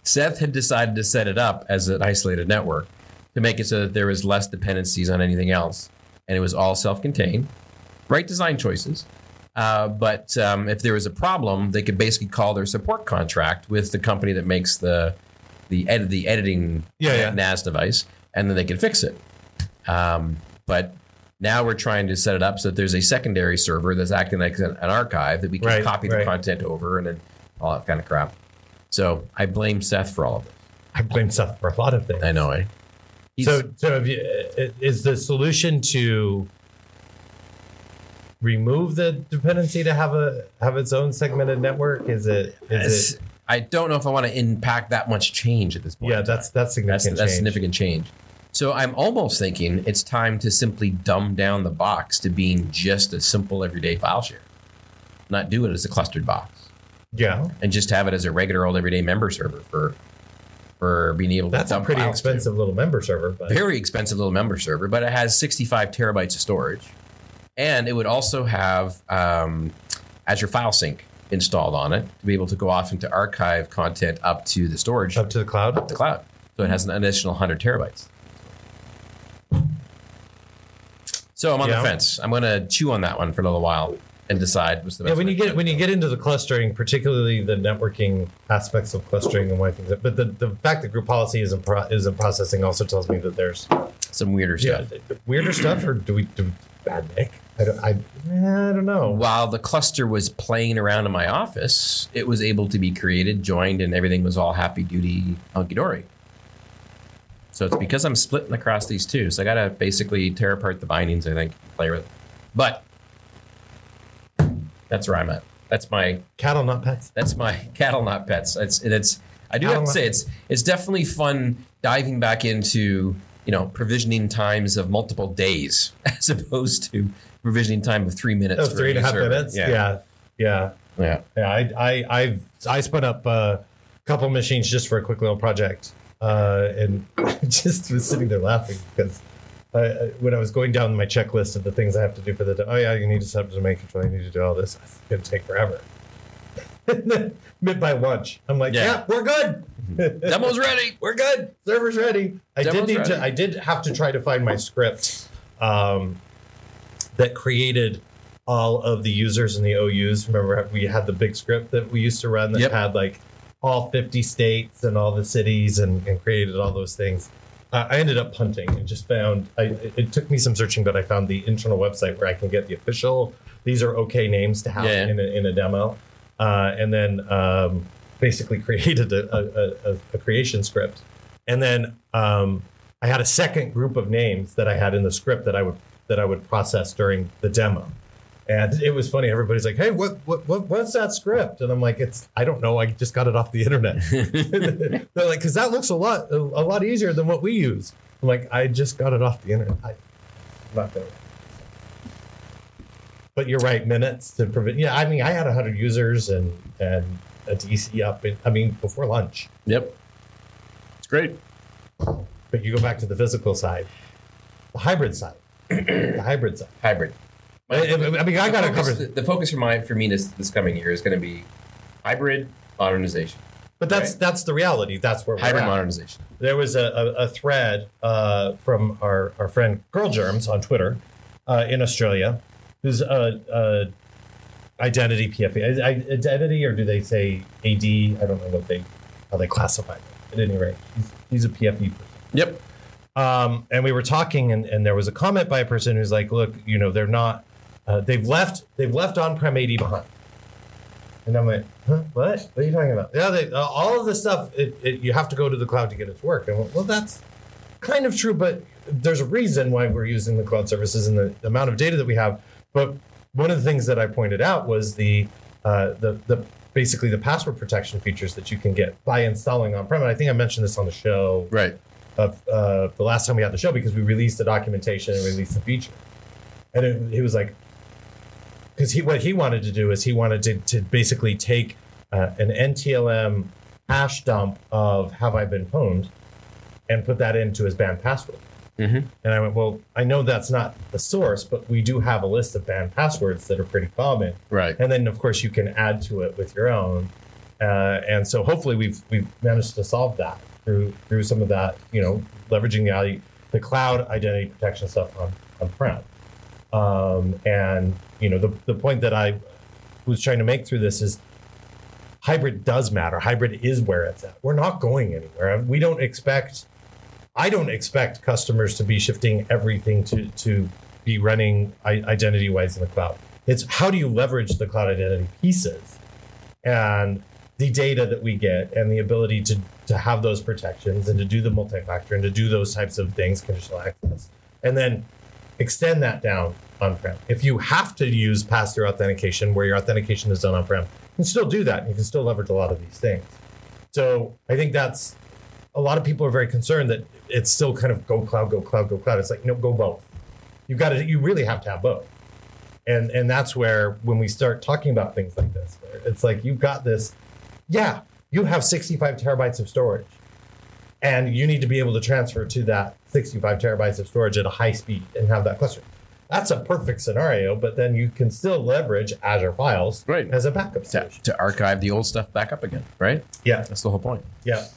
Speaker 3: Seth had decided to set it up as an isolated network to make it so that there was less dependencies on anything else, and it was all self-contained. Right design choices, uh, but um, if there was a problem, they could basically call their support contract with the company that makes the the edit the editing
Speaker 1: *laughs* Yeah, yeah.
Speaker 3: NAS device, and then they could fix it. Um, but now we're trying to set it up so that there's a secondary server that's acting like an, an archive that we can
Speaker 1: Right,
Speaker 3: copy the
Speaker 1: right.
Speaker 3: content over and then all that kind of crap. So I blame Seth for all of this.
Speaker 1: I blame Seth for a lot of things.
Speaker 3: I know, eh? He's,
Speaker 1: so, so have you, i- is the solution to remove the dependency to have a have its own segmented network? Is it? Is it?
Speaker 3: it's- I don't know if I want to impact that much change at this point.
Speaker 1: Yeah,
Speaker 3: in
Speaker 1: that's
Speaker 3: time.
Speaker 1: that's
Speaker 3: that's
Speaker 1: significant.
Speaker 3: that's
Speaker 1: change.
Speaker 3: significant change. So I'm almost thinking it's time to simply dumb down the box to being just a simple everyday file share, not do it as a clustered box,
Speaker 1: Yeah,
Speaker 3: and just have it as a regular old everyday member server for for being able
Speaker 1: that's
Speaker 3: to.
Speaker 1: a
Speaker 3: dump
Speaker 1: pretty
Speaker 3: files to.
Speaker 1: expensive little member server, but
Speaker 3: very expensive little member server, but it has 65 terabytes of storage, and it would also have um, Azure File Sync installed on it to be able to go off and to archive content up to the storage
Speaker 1: Up to the cloud.
Speaker 3: up the cloud. So it has an additional 100 terabytes. So I'm on
Speaker 1: Yeah.
Speaker 3: the fence. I'm going to chew on that one for a little while and decide what's the best.
Speaker 1: Yeah, when
Speaker 3: way
Speaker 1: you
Speaker 3: to
Speaker 1: get when you get into the clustering, particularly the networking aspects of clustering and why things. But the, the fact that group policy isn't pro, isn't processing also tells me that there's
Speaker 3: some weirder
Speaker 1: yeah,
Speaker 3: stuff.
Speaker 1: weirder stuff. Or do we do bad Nick? I don't. I, eh, I don't know.
Speaker 3: While the cluster was playing around in my office, it was able to be created, joined, and everything was all happy duty hunky dory. So it's because I'm splitting across these two. So I got to basically tear apart the bindings, I think, play with it. But that's where I'm at. That's my
Speaker 1: Cattle, not pets.
Speaker 3: That's my *laughs* cattle, not pets. It's and it's. I do have
Speaker 1: Cattle,
Speaker 3: to
Speaker 1: not-
Speaker 3: say it's it's definitely fun diving back into you know provisioning times of multiple days *laughs* as opposed to provisioning time of three minutes.
Speaker 1: Oh,
Speaker 3: for
Speaker 1: three and a
Speaker 3: new
Speaker 1: half
Speaker 3: server.
Speaker 1: minutes.
Speaker 3: Yeah.
Speaker 1: yeah, yeah.
Speaker 3: yeah.
Speaker 1: Yeah, I I I've, I spun up uh, a couple machines just for a quick little project, uh, and *coughs* just was sitting there laughing because I, I- when I was going down my checklist of the things I have to do for the day, oh yeah, you need to set up domain control, you need to do all this. It's gonna take forever. *laughs* and then mid by lunch, I'm like, yeah,
Speaker 3: Yeah.
Speaker 1: we're good. *laughs*
Speaker 3: Demo's ready. We're good.
Speaker 1: Server's ready. I did
Speaker 3: Demo's
Speaker 1: need to.
Speaker 3: ready.
Speaker 1: I did have to try to find my script um, that created all of the users and the OUs. Remember, we had the big script that we used to run that
Speaker 3: Yep.
Speaker 1: had like all 50 states and all the cities and, and created all those things. Uh, I ended up punting and just found. I, it- it took me some searching, but I found the internal website where I can get the official. These are okay names to have
Speaker 3: Yeah.
Speaker 1: in, a, in a demo, uh, and then um, basically *laughs* created a, a, a, a creation script and then um, I had a second group of names that I had in the script that I would that I would process during the demo. And it was funny. Everybody's like, "Hey, what what, what what's that script?" And I'm like, "It's I don't know. I just got it off the internet." They're like, "Cause that looks a lot a, a lot easier than what we use." I'm like, "I just got it off the internet. I, I'm not there." But you're right. Minutes to prevent. Yeah, I mean, I had 100 users and and a DC up. In, I mean, before lunch.
Speaker 3: Yep. It's great.
Speaker 1: But you go back to the physical side, the hybrid side, the hybrid side.
Speaker 3: Hybrid.
Speaker 1: I, I- I mean, I got it
Speaker 3: focus,
Speaker 1: covered,
Speaker 3: The, the focus for my for me this this coming year is going to be hybrid modernization.
Speaker 1: but that's that's the reality. That's where we're
Speaker 3: Hybrid
Speaker 1: at.
Speaker 3: modernization.
Speaker 1: There was a, a, a thread uh, from our, our friend Girl Germs on Twitter uh, in Australia, who's a, a identity PFA. I- I- Identity, or do they say AD? I don't know what they how they classify them. At any rate, he's, he's a PFE person.
Speaker 3: Yep.
Speaker 1: um, and we were talking and, and there was a comment by a person who's like look you know they're not uh, they've left they've left on-prem ad behind and i'm like huh what what are you talking about yeah they, uh, all of this stuff it, it, you have to go to the cloud to get it to work and I went, well that's kind of true but there's a reason why we're using the cloud services and the amount of data that we have but one of the things that i pointed out was the uh, the, the basically the password protection features that you can get by installing on-prem and i think i mentioned this on the show
Speaker 3: Right.
Speaker 1: of uh, the last time we had the show because we released the documentation and released the feature. And it, he was like, because he what he wanted to do is he wanted to, to basically take uh, an NTLM hash dump of "Have I been pwned" and put that into his banned password.
Speaker 3: Mhm.
Speaker 1: And I went, well, I know that's not the source, but we do have a list of banned passwords that are pretty common
Speaker 3: Right.
Speaker 1: and then of course you can add to it with your own. Uh, and so hopefully we've we've managed to solve that through through some of that, you know, leveraging the ID- the cloud identity protection stuff on on prem. Um, and you know, the the point that I was trying to make through this is hybrid does matter. Hybrid is where it's at. We're not going anywhere. We don't expect. I don't expect customers to be shifting everything to to be running identity wise in the cloud. It's how do you leverage the cloud identity pieces and the data that we get and the ability to, to have those protections and to do the multi factor and to do those types of things, conditional access, and then extend that down on prem. If you have to use pass through authentication where your authentication is done on prem, you can still do that. You can still leverage a lot of these things. So I think that's a lot of people are very concerned that it's still kind of go cloud, go cloud, go cloud. It's like, no, go both. You've got to, you really have to have both and and that's where when we start talking about things like this it's like you've got this yeah you have 65 terabytes of storage and you need to be able to transfer to that 65 terabytes of storage at a high speed and have that cluster That's a perfect scenario, but then you can still leverage Azure Files
Speaker 3: Right.
Speaker 1: as a backup
Speaker 3: To,
Speaker 1: solution.
Speaker 3: to archive the old stuff back up again, right?
Speaker 1: Yeah,
Speaker 3: That's the whole point.
Speaker 1: yeah.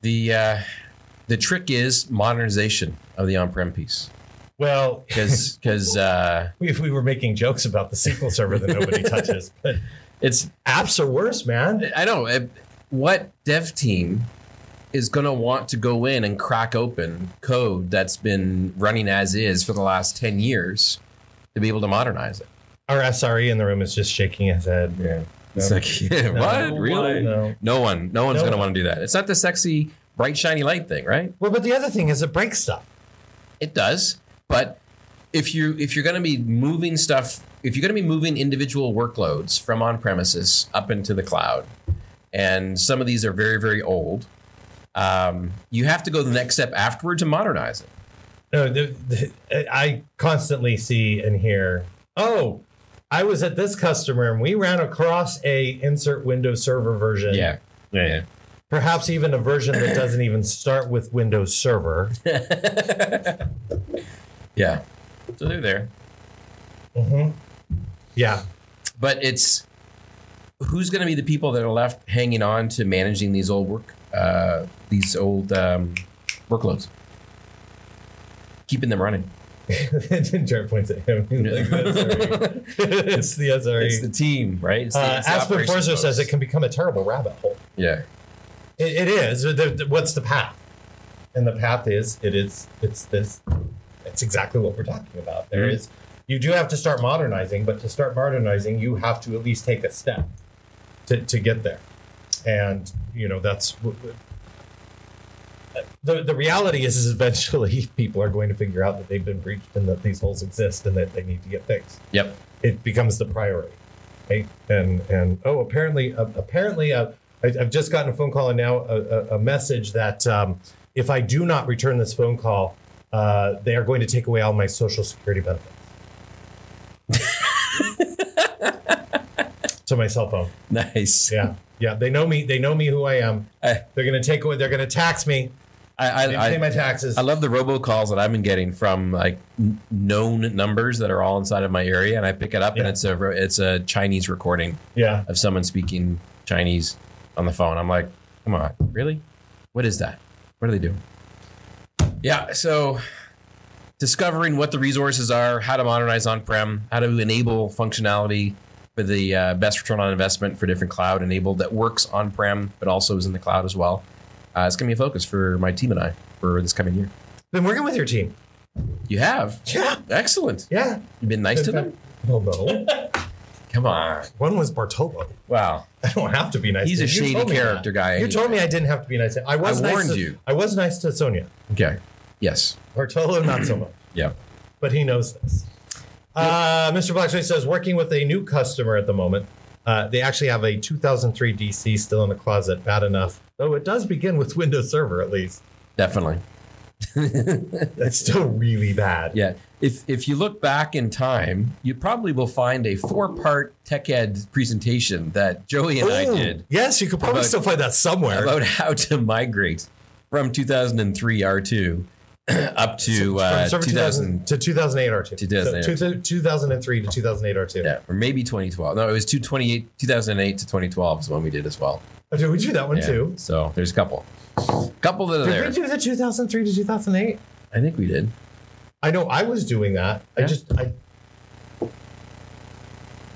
Speaker 3: The uh, the trick is modernization of the on-prem piece,
Speaker 1: Well,
Speaker 3: because because uh,
Speaker 1: we, we were making jokes about the SQL server that nobody touches, but
Speaker 3: it's
Speaker 1: apps are worse, man.
Speaker 3: I know uh, what dev team is going to want to go in and crack open code that's been running as is for the last ten years to be able to modernize it.
Speaker 1: Our SRE in the room is just shaking his head. Yeah.
Speaker 3: It's like yeah, *laughs* what really?
Speaker 1: No.
Speaker 3: No one, no one's
Speaker 1: No
Speaker 3: going
Speaker 1: one.
Speaker 3: to want to do that. It's not the sexy, bright, shiny light thing, right?
Speaker 1: Well, but the other thing is it breaks stuff.
Speaker 3: It does, but if you if you're going to be moving stuff, if you're going to be moving individual workloads from on premises up into the cloud, and some of these are very very old, um, you have to go the next step afterward to modernize it.
Speaker 1: No, the, the, I constantly see and hear, oh, I was at this customer and we ran across a insert Windows Server version.
Speaker 3: yeah,
Speaker 1: Perhaps even a version that doesn't even start with Windows Server.
Speaker 3: yeah. *laughs* yeah. So they're there,
Speaker 1: hmm Yeah.
Speaker 3: but it's who's going to be the people that are left hanging on to managing these old work uh, these old um, workloads, keeping them running.
Speaker 1: Jared points at him. He's like,
Speaker 3: *laughs*
Speaker 1: "That's alright." it's the SRE.
Speaker 3: It's the team, right? It's the,
Speaker 1: uh,
Speaker 3: it's the
Speaker 1: Aspen
Speaker 3: operations
Speaker 1: Forzer says it
Speaker 3: folks.
Speaker 1: can become a terrible rabbit hole.
Speaker 3: Yeah, *laughs*
Speaker 1: It, it is. The- the- What's the path? And the path is it is it's this. It's exactly what we're talking about. There
Speaker 3: Mhm.
Speaker 1: is you do have to start modernizing, but to start modernizing, you have to at least take a step to to get there. And you know that's w- w- the the reality is, is eventually *laughs* people are going to figure out that they've been breached and that these holes exist and that they need to get fixed
Speaker 3: Yep.
Speaker 1: it becomes the priority right and and oh apparently uh, apparently uh, I, i've just gotten a phone call and now a, a, a message that um, if i do not return this phone call uh, they are going to take away all my social security
Speaker 3: *laughs*
Speaker 1: benefits to my cell phone
Speaker 3: nice.
Speaker 1: yeah yeah they know me they know me who i am
Speaker 3: I-
Speaker 1: they're going to take away they're going to tax me
Speaker 3: I
Speaker 1: they
Speaker 3: I,
Speaker 1: pay
Speaker 3: I,
Speaker 1: my taxes
Speaker 3: I love the robocalls that I've been getting from like n- known numbers that are all inside of my area, and I pick it up, and
Speaker 1: Yeah.
Speaker 3: it's a ro- it's a Chinese recording
Speaker 1: yeah
Speaker 3: of someone speaking Chinese on the phone. I'm like, come on, really? What is that? What are they doing? Yeah, so discovering what the resources are, how to modernize on-prem, how to enable functionality for the uh, best return on investment for different cloud enabled that works on-prem, but also is in the cloud as well. Uh, it's going to be a focus for my team and I for this coming year.
Speaker 1: been working with your team
Speaker 3: You have
Speaker 1: yeah
Speaker 3: excellent.
Speaker 1: yeah
Speaker 3: You've been nice to them.
Speaker 1: well no
Speaker 3: Come on.
Speaker 1: one was bartolo
Speaker 3: Wow,
Speaker 1: I don't have to be nice.
Speaker 3: he's
Speaker 1: to
Speaker 3: a
Speaker 1: you. You
Speaker 3: shady
Speaker 1: told me that.
Speaker 3: character guy.
Speaker 1: You told me I didn't have to be nice. to- I was.
Speaker 3: I
Speaker 1: nice
Speaker 3: warned
Speaker 1: to-
Speaker 3: you.
Speaker 1: I was nice to Sonia.
Speaker 3: Okay. Yes.
Speaker 1: Bartolo, not so much.
Speaker 3: Yeah.
Speaker 1: But he knows this. Uh, Mr. Blackshear says working with a new customer at the moment. Uh, they actually have a 2003 DC still in the closet. Bad enough, though. It does begin with Windows Server at least.
Speaker 3: Definitely. *laughs*
Speaker 1: That's still really bad.
Speaker 3: Yeah. If if you look back in time, you probably will find a four-part tech ed presentation that Joey and I
Speaker 1: Ooh,
Speaker 3: did
Speaker 1: Yes, you could probably
Speaker 3: About-
Speaker 1: still find that somewhere.
Speaker 3: about how to migrate from 2003 R2 *clears throat* up to uh,
Speaker 1: From Server
Speaker 3: 2000
Speaker 1: to 2008 R2.
Speaker 3: 2008.
Speaker 1: So, two- 2003 to 2008 R2.
Speaker 3: yeah, or maybe 2012. No, it was 228 2008 to 2012 is one we did as well.
Speaker 1: Oh, did we do that one
Speaker 3: Yeah.
Speaker 1: too?
Speaker 3: So there's a couple, couple that are
Speaker 1: Did
Speaker 3: there.
Speaker 1: we do the 2003 to 2008?
Speaker 3: I think we did.
Speaker 1: I know I was doing that. I
Speaker 3: Yeah.
Speaker 1: just, I.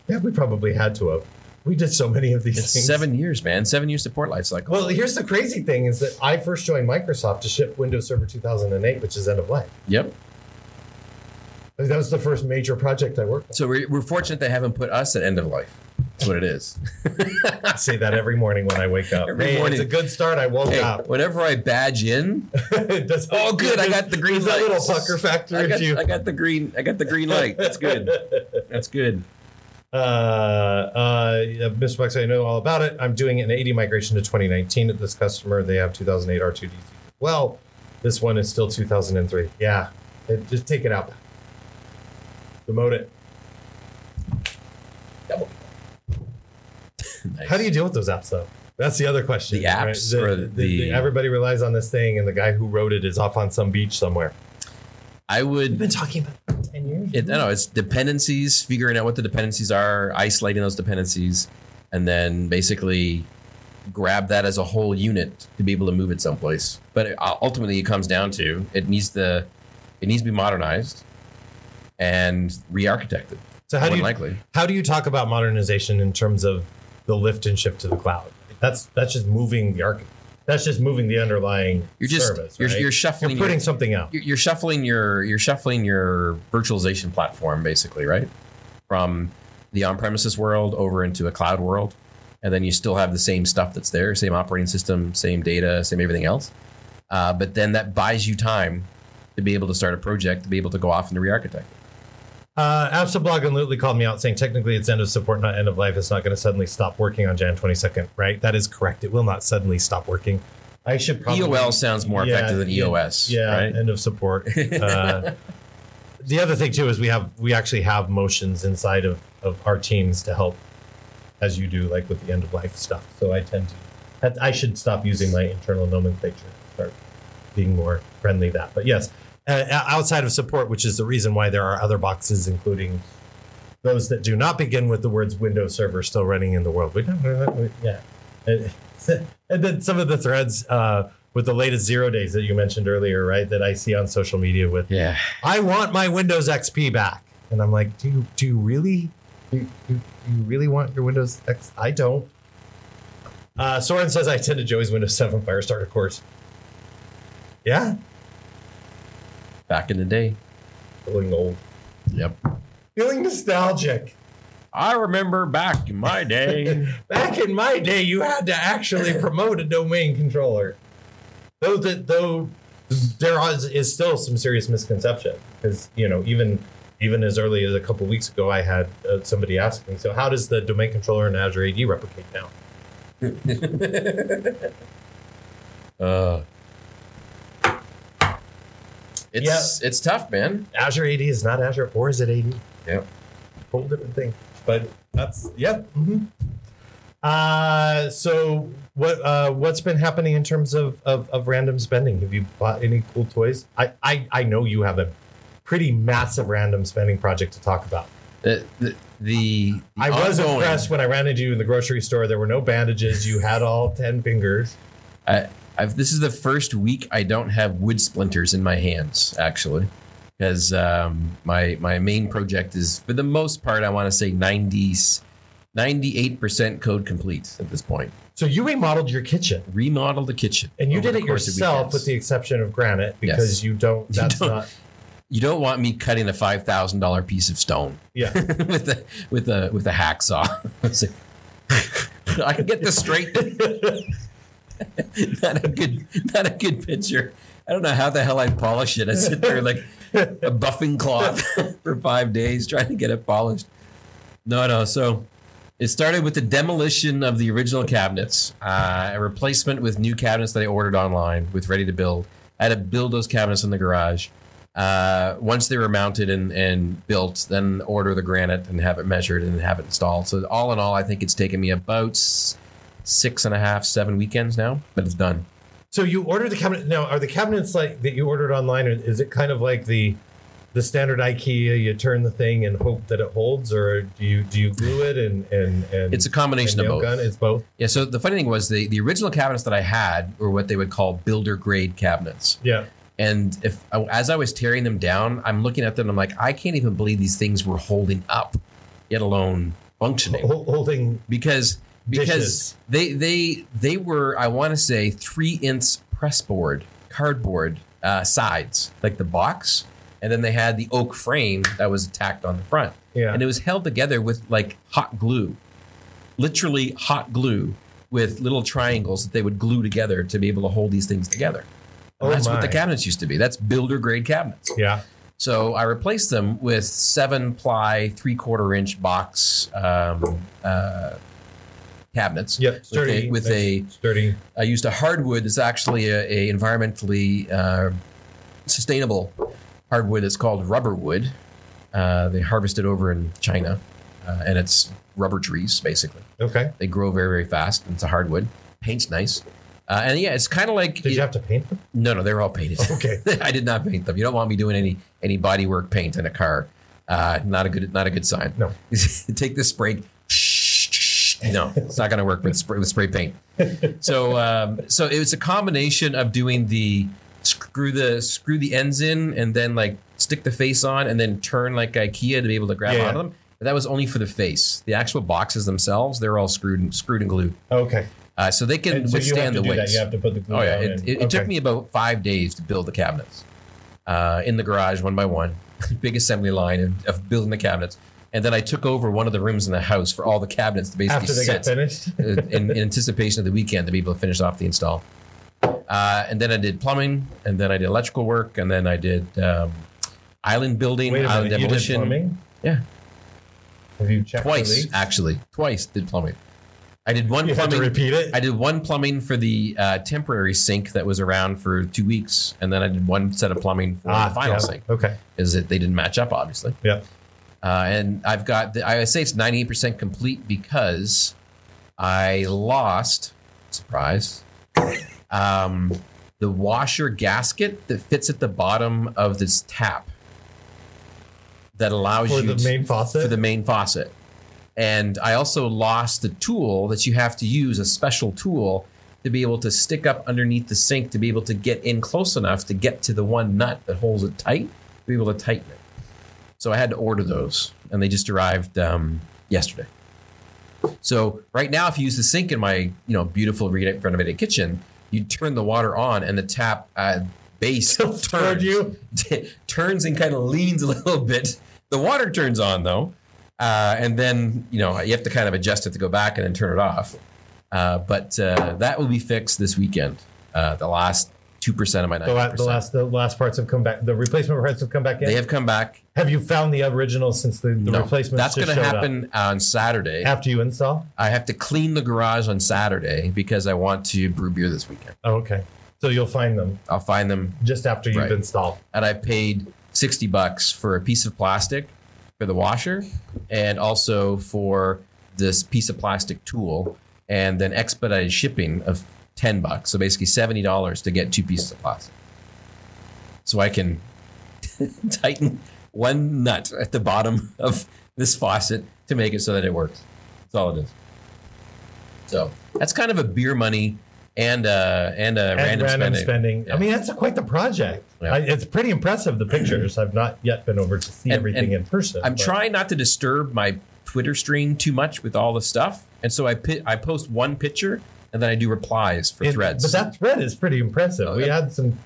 Speaker 1: Yeah, we probably had to have. We did so many of these
Speaker 3: It's
Speaker 1: things.
Speaker 3: seven years, man. Seven years support life cycle.
Speaker 1: Well, here's the crazy thing is that I first joined Microsoft to ship Windows Server 2008, which is end of life.
Speaker 3: Yep.
Speaker 1: Like, That was the first major project I worked
Speaker 3: So we're, we're fortunate they haven't put us at end of life. That's what it is.
Speaker 1: on. I say that every morning when I wake up.
Speaker 3: Every
Speaker 1: Hey,
Speaker 3: morning.
Speaker 1: It's a good start. I woke
Speaker 3: Hey,
Speaker 1: up. *laughs*
Speaker 3: whenever I badge in,
Speaker 1: Does-
Speaker 3: Oh,
Speaker 1: *laughs*
Speaker 3: good, I got the green
Speaker 1: There's that little
Speaker 3: lights.
Speaker 1: pucker factor.
Speaker 3: I got,
Speaker 1: if you-
Speaker 3: I got the green. I got the green light. That's good. That's good.
Speaker 1: uh, uh, Mr. Bucks, I know all about it. I'm doing an 80 migration to 2019 at this customer. They have 2008 R2D. Well, this one is still 2003. Yeah, It- just take it out. Demote it.
Speaker 3: Nice.
Speaker 1: How do you deal with those apps, though? That's the other question.
Speaker 3: The apps or the-
Speaker 1: everybody relies on this thing, and the guy who wrote it is off on some beach somewhere.
Speaker 3: I would
Speaker 7: We've been talking about it for ten years.
Speaker 3: It, no, it's dependencies, figuring out what the dependencies are, isolating those dependencies, and then basically grab that as a whole unit to be able to move it someplace. But it, uh, ultimately, it comes down to it needs the it needs to be modernized and re-architected.
Speaker 1: So how do
Speaker 3: more than
Speaker 1: you
Speaker 3: likely?
Speaker 1: how do you talk about modernization in terms of the lift and shift to the cloud? That's that's just moving the arch. That's just moving the underlying
Speaker 3: You're just
Speaker 1: service.
Speaker 3: you're,
Speaker 1: right?
Speaker 3: you're shuffling.
Speaker 1: You're
Speaker 3: your-
Speaker 1: putting something out.
Speaker 3: you're, you're shuffling your you're shuffling your virtualization platform basically, right? From the on-premises world over into a cloud world, and then you still have the same stuff that's there, same operating system, same data, same everything else. Uh, but then that buys you time to be able to start a project, to be able to go off and re-architect.
Speaker 1: Uh, Absablog and Lutely called me out saying technically it's end of support, not end of life. It's not going to suddenly stop working on Jan 22nd, right? That is correct. It will not suddenly stop working. I should probably.
Speaker 3: EOL E sounds more
Speaker 1: Yeah,
Speaker 3: effective than
Speaker 1: yeah,
Speaker 3: EOS,
Speaker 1: Yeah,
Speaker 3: right?
Speaker 1: end of support. Uh, the other thing too is we have we actually have motions inside of of our teams to help, as you do, like with the end of life stuff. So I tend to, that- I should stop using my internal nomenclature, and start being more friendly to that. But yes, uh, o- outside of support, which is the reason why there are other boxes, including. Those that do not begin with the words Windows Server still running in the world. We don't, yeah. *laughs* And then some of the threads uh, with the latest zero days that you mentioned earlier, right? That I see on social media with
Speaker 3: Yeah.
Speaker 1: I want my Windows XP back. And I'm like, do you do you really do you, do you really want your Windows X? I don't. Uh, Soren says I attended Joey's Windows 7 Firestarter course. Yeah,
Speaker 3: Back in the day.
Speaker 1: feeling old,
Speaker 3: Yep.
Speaker 1: feeling nostalgic.
Speaker 3: I remember back in my
Speaker 1: *laughs*
Speaker 3: day.
Speaker 1: Back in my day, you had to actually promote a domain controller. Though that though there is, is still some serious misconception because you know even even as early as a couple weeks ago, I had uh, somebody ask me, so how does the domain controller in Azure AD replicate now?
Speaker 3: *laughs* uh, it's it's tough, man.
Speaker 1: Azure AD is not Azure, or is it AD?
Speaker 3: Yep.
Speaker 1: Whole different thing. But that's yep. mhm. Uh, so what uh, what's been happening in terms of, of of random spending? Have you bought any cool toys? I I, I know you have a pretty massive random spending project to talk about.
Speaker 3: The the, the
Speaker 1: I was
Speaker 3: ongoing-
Speaker 1: impressed when I ran into you in the grocery store. There were no bandages. You had all ten fingers.
Speaker 3: I've, this is the first week I don't have wood splinters in my hands, actually, because um, my my main project is for the most part I want to say 90 98 percent code complete at this point.
Speaker 1: So you remodeled your kitchen,
Speaker 3: Remodel the kitchen,
Speaker 1: and you
Speaker 3: over
Speaker 1: did
Speaker 3: the
Speaker 1: it
Speaker 3: course of
Speaker 1: yourself,
Speaker 3: weekends.
Speaker 1: with the exception of granite,
Speaker 3: Yes.
Speaker 1: because you don't.
Speaker 3: *laughs* You
Speaker 1: That's
Speaker 3: don't-
Speaker 1: not.
Speaker 3: you don't want me cutting a five thousand dollar piece of stone.
Speaker 1: Yeah.
Speaker 3: *laughs* with a with a with a hacksaw. *laughs* It's like, *laughs* I can get this straight. not a good not a good picture. I don't know how the hell I polish it. I sit there like a buffing cloth *laughs* for five days trying to get it polished. No, no. So it started with the demolition of the original cabinets, uh, a replacement with new cabinets that I ordered online with ready to build. I had to build those cabinets in the garage. Uh, once they were mounted and, and built, then order the granite and have it measured and have it installed. So all in all, I think it's taken me about s- six and a half, seven weekends now, but it's done.
Speaker 1: So you ordered the cabinet. Now, are the cabinets like that you ordered online? Or is it kind of like the the standard IKEA? You turn the thing and hope that it holds, or do you do you glue it and and and
Speaker 3: It's a combination
Speaker 1: and
Speaker 3: of
Speaker 1: nail
Speaker 3: both.
Speaker 1: Gun? It's both.
Speaker 3: Yeah. So the funny thing was the, the original cabinets that I had were what they would call builder grade cabinets.
Speaker 1: Yeah.
Speaker 3: And if as I was tearing them down, I'm looking at them. I'm like, I can't even believe these things were holding up, yet alone functioning.
Speaker 1: Hol- Holding
Speaker 3: Because because
Speaker 1: Dishes.
Speaker 3: they they they were I want to say three inch pressboard cardboard uh, sides like the box, and then they had the oak frame that was tacked on the front,
Speaker 1: yeah.
Speaker 3: and it was held together with like hot glue, literally hot glue with little triangles that they would glue together to be able to hold these things together.
Speaker 1: Oh
Speaker 3: And that's what the
Speaker 1: my.
Speaker 3: cabinets used to be. That's builder grade cabinets.
Speaker 1: yeah.
Speaker 3: So I replaced them with seven ply, three quarter inch box um, uh, cabinets.
Speaker 1: Yep. Sturdy.
Speaker 3: with
Speaker 1: nice,
Speaker 3: a-
Speaker 1: sturdy.
Speaker 3: I used a hardwood that's actually a, a environmentally uh, sustainable hardwood. It's called rubber wood. Uh, they harvest it over in China, uh, and it's rubber trees basically.
Speaker 1: Okay.
Speaker 3: They grow very, very fast. And it's a hardwood. Paint's nice. Uh, and yeah, it's kind of like
Speaker 1: Did you have to paint them? *laughs*
Speaker 3: no, no, they're all painted.
Speaker 1: Okay.
Speaker 3: *laughs* I did not paint them. You don't want me doing any any body work paint in a car. Uh, not a good not a good sign.
Speaker 1: No.
Speaker 3: *laughs* Take this spray. *laughs* No, it's not going to work with spray, with spray paint. So um, so it was a combination of doing the screw the screw the ends in and then like stick the face on and then turn like IKEA to be able to grab
Speaker 1: Yeah,
Speaker 3: onto them. But that was only for the face. The actual boxes themselves, they're all screwed and screwed and glued.
Speaker 1: Okay.
Speaker 3: Uh, so they can
Speaker 1: And so you have
Speaker 3: withstand
Speaker 1: to
Speaker 3: the
Speaker 1: do
Speaker 3: weight.
Speaker 1: that. You have to put the glue
Speaker 3: Oh yeah,
Speaker 1: down
Speaker 3: it,
Speaker 1: and-
Speaker 3: it, it took
Speaker 1: okay.
Speaker 3: me about five days to build the cabinets uh, in the garage, one by one, *laughs* big assembly line of, of building the cabinets. And then I took over one of the rooms in the house for all the cabinets to basically
Speaker 1: after they got
Speaker 3: sit
Speaker 1: finished.
Speaker 3: uh, in, in anticipation of the weekend to be able to finish off the install. Uh, and then I did plumbing, and then I did electrical work, and then I did um, island building,
Speaker 1: Wait a
Speaker 3: island
Speaker 1: minute, you did
Speaker 3: demolition.
Speaker 1: plumbing?
Speaker 3: Yeah.
Speaker 1: Have you checked the
Speaker 3: twice,
Speaker 1: leaks?
Speaker 3: actually, twice did plumbing. I did one
Speaker 1: You had to
Speaker 3: plumbing
Speaker 1: repeat it.
Speaker 3: I did one plumbing for the uh, temporary sink that was around for two weeks, and then I did one set of plumbing for the final
Speaker 1: Ah, yeah.
Speaker 3: sink
Speaker 1: Okay.
Speaker 3: because it- they didn't match up, obviously.
Speaker 1: Yeah.
Speaker 3: Uh, and I've got, the, I would say it's 98% complete because I lost, surprise, um, the washer gasket that fits at the bottom of this tap that allows
Speaker 1: For
Speaker 3: you
Speaker 1: the
Speaker 3: to-
Speaker 1: main faucet?
Speaker 3: for the main faucet. And I also lost the tool that you have to use, a special tool to be able to stick up underneath the sink to be able to get in close enough to get to the one nut that holds it tight to be able to tighten it. So I had to order those, and they just arrived um, yesterday. So right now, if you use the sink in my you know beautiful re- renovated kitchen, you turn the water on, and the tap uh, base *laughs*
Speaker 1: Tilt toward
Speaker 3: turns
Speaker 1: you?
Speaker 3: *laughs* turns and kind of leans a little bit. The water turns on though, uh, and then you know you have to kind of adjust it to go back and then turn it off. Uh, but uh, that will be fixed this weekend. Uh, the last two percent of my
Speaker 1: The,
Speaker 3: ninety
Speaker 1: la- the
Speaker 3: percent.
Speaker 1: last the last parts have come back. The replacement parts have come back in.
Speaker 3: They have come back.
Speaker 1: Have you found the original since the, the
Speaker 3: No,
Speaker 1: replacement?
Speaker 3: that's going to happen on Saturday.
Speaker 1: after you install.
Speaker 3: I have to clean the garage on Saturday because I want to brew beer this weekend.
Speaker 1: Oh, okay. So you'll find them
Speaker 3: I'll find them,
Speaker 1: just after you've
Speaker 3: Right.
Speaker 1: installed.
Speaker 3: and I paid sixty bucks for a piece of plastic for the washer, and also for this piece of plastic tool, and then expedited shipping of ten bucks. So basically seventy dollars to get two pieces of plastic, so I can *laughs* tighten one nut at the bottom of this faucet to make it so that it works. That's all it is. So that's kind of a beer money and uh and a
Speaker 1: and
Speaker 3: random, spending. Yeah.
Speaker 1: I mean, that's a, quite the project.
Speaker 3: Yeah.
Speaker 1: I, it's pretty impressive. The pictures. I've not yet been over to see
Speaker 3: And-
Speaker 1: everything in person.
Speaker 3: I'm
Speaker 1: but-
Speaker 3: trying not to disturb my Twitter stream too much with all the stuff, and so I pi- I post one picture and then I do replies for
Speaker 1: It-
Speaker 3: threads.
Speaker 1: But that thread is pretty impressive.
Speaker 3: Oh,
Speaker 1: we
Speaker 3: yeah.
Speaker 1: had some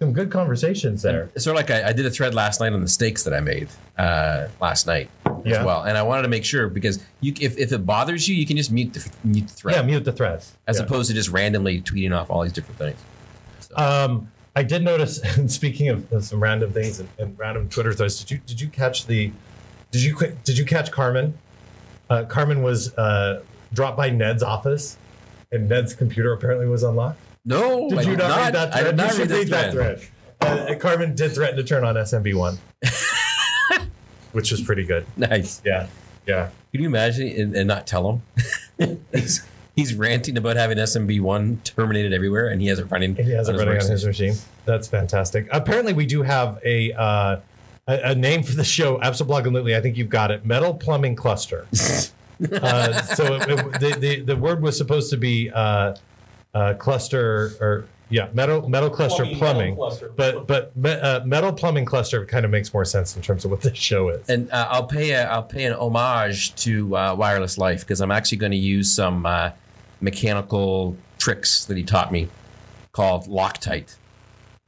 Speaker 1: some good conversations there.
Speaker 3: It's sort of like I, I did a thread last night on the steaks that I made uh, last night as
Speaker 1: Yeah.
Speaker 3: well, and I wanted to make sure because you if, if it bothers you, you can just mute the mute the thread
Speaker 1: Yeah, mute the threads.
Speaker 3: as
Speaker 1: Yeah.
Speaker 3: opposed to just randomly tweeting off all these different things.
Speaker 1: Um, I did notice. *laughs* And speaking of, of some random things and, and random Twitter threads, did you did you catch the did you qui- did you catch Carmen? Uh, Carmen was uh, dropped by Ned's office, and Ned's computer apparently was unlocked.
Speaker 3: No,
Speaker 1: Did
Speaker 3: I
Speaker 1: you
Speaker 3: did
Speaker 1: not, read that
Speaker 3: I
Speaker 1: thread?
Speaker 3: did not
Speaker 1: you should
Speaker 3: read,
Speaker 1: read that
Speaker 3: thread.
Speaker 1: thread. Uh, Carmen did threaten to turn on SMB *laughs* one, which was pretty good.
Speaker 3: *laughs* Nice.
Speaker 1: Yeah, yeah.
Speaker 3: Can you imagine and, and not tell him? *laughs* he's, he's ranting about having SMB one terminated everywhere, and he has it running.
Speaker 1: He has it
Speaker 3: on his
Speaker 1: running on
Speaker 3: workstation.
Speaker 1: his machine. That's fantastic. Apparently, we do have a uh, a, a name for the show, Absoblog and Lutely. I think you've got it. Metal Plumbing
Speaker 3: *laughs*
Speaker 1: Cluster. uh, so it, it- the, the the word was supposed to be uh, uh, cluster or yeah, metal metal cluster
Speaker 2: Plumbing,
Speaker 1: plumbing.
Speaker 2: metal cluster.
Speaker 1: But but me, uh, metal plumbing cluster kind of makes more sense in terms of what this show is.
Speaker 3: and uh, I'll pay a, I'll pay an homage to uh, Wireless Life because I'm actually going to use some uh, mechanical tricks that he taught me called Loctite.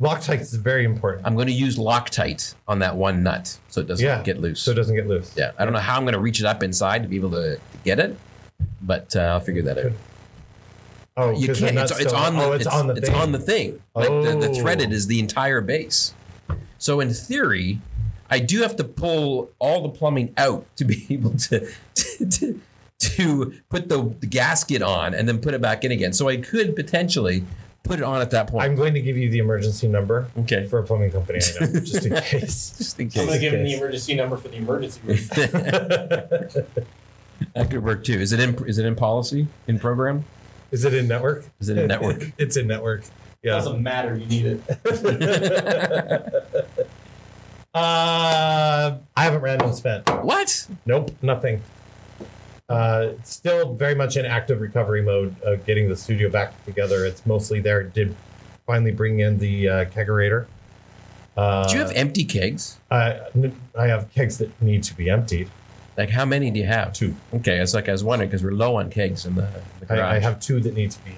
Speaker 1: Loctite is very important,
Speaker 3: I'm going to use Loctite on that one nut so it doesn't
Speaker 1: Yeah,
Speaker 3: get loose.
Speaker 1: so it doesn't get loose.
Speaker 3: yeah, I don't know how I'm going to reach it up inside to be able to get it, but uh, I'll figure that out.
Speaker 1: Oh,
Speaker 3: You
Speaker 1: 'cause then
Speaker 3: can't. It's,
Speaker 1: that's
Speaker 3: it's
Speaker 1: still-
Speaker 3: on the.
Speaker 1: oh, it's, on the
Speaker 3: It's
Speaker 1: thing.
Speaker 3: on the thing. Like the, the
Speaker 1: Oh.
Speaker 3: threaded is the entire base. So in theory, I do have to pull all the plumbing out to be *laughs* able to to, to, to put the, the gasket on and then put it back in again. So I could potentially put it on at that point.
Speaker 1: I'm going to give you the emergency number
Speaker 3: okay.
Speaker 1: for a plumbing company I know, just
Speaker 3: *laughs*
Speaker 1: in case. *laughs*
Speaker 3: Just in
Speaker 6: I'm
Speaker 3: case.
Speaker 6: gonna give him the
Speaker 1: case.
Speaker 6: emergency number for the emergency
Speaker 1: *laughs*
Speaker 6: room.
Speaker 3: that could work too. Is it in is it in policy in program?
Speaker 1: Is it in network? *laughs*
Speaker 3: Is it a network?
Speaker 1: it's in network. Yeah.
Speaker 2: *laughs*
Speaker 6: Doesn't matter. You need it.
Speaker 1: *laughs* Uh, I haven't randomly spent.
Speaker 3: what?
Speaker 1: Nope, nothing. Uh, it's still very much in active recovery mode of getting the studio back together. It's mostly there. Did finally bring in the uh, kegerator. Uh,
Speaker 3: Do you have empty kegs?
Speaker 1: I, I have kegs that need to be emptied.
Speaker 3: Like how many do you have?
Speaker 1: Two.
Speaker 3: Okay, it's like I was wondering because we're low on kegs in the, the garage.
Speaker 1: I, I have two that need to be.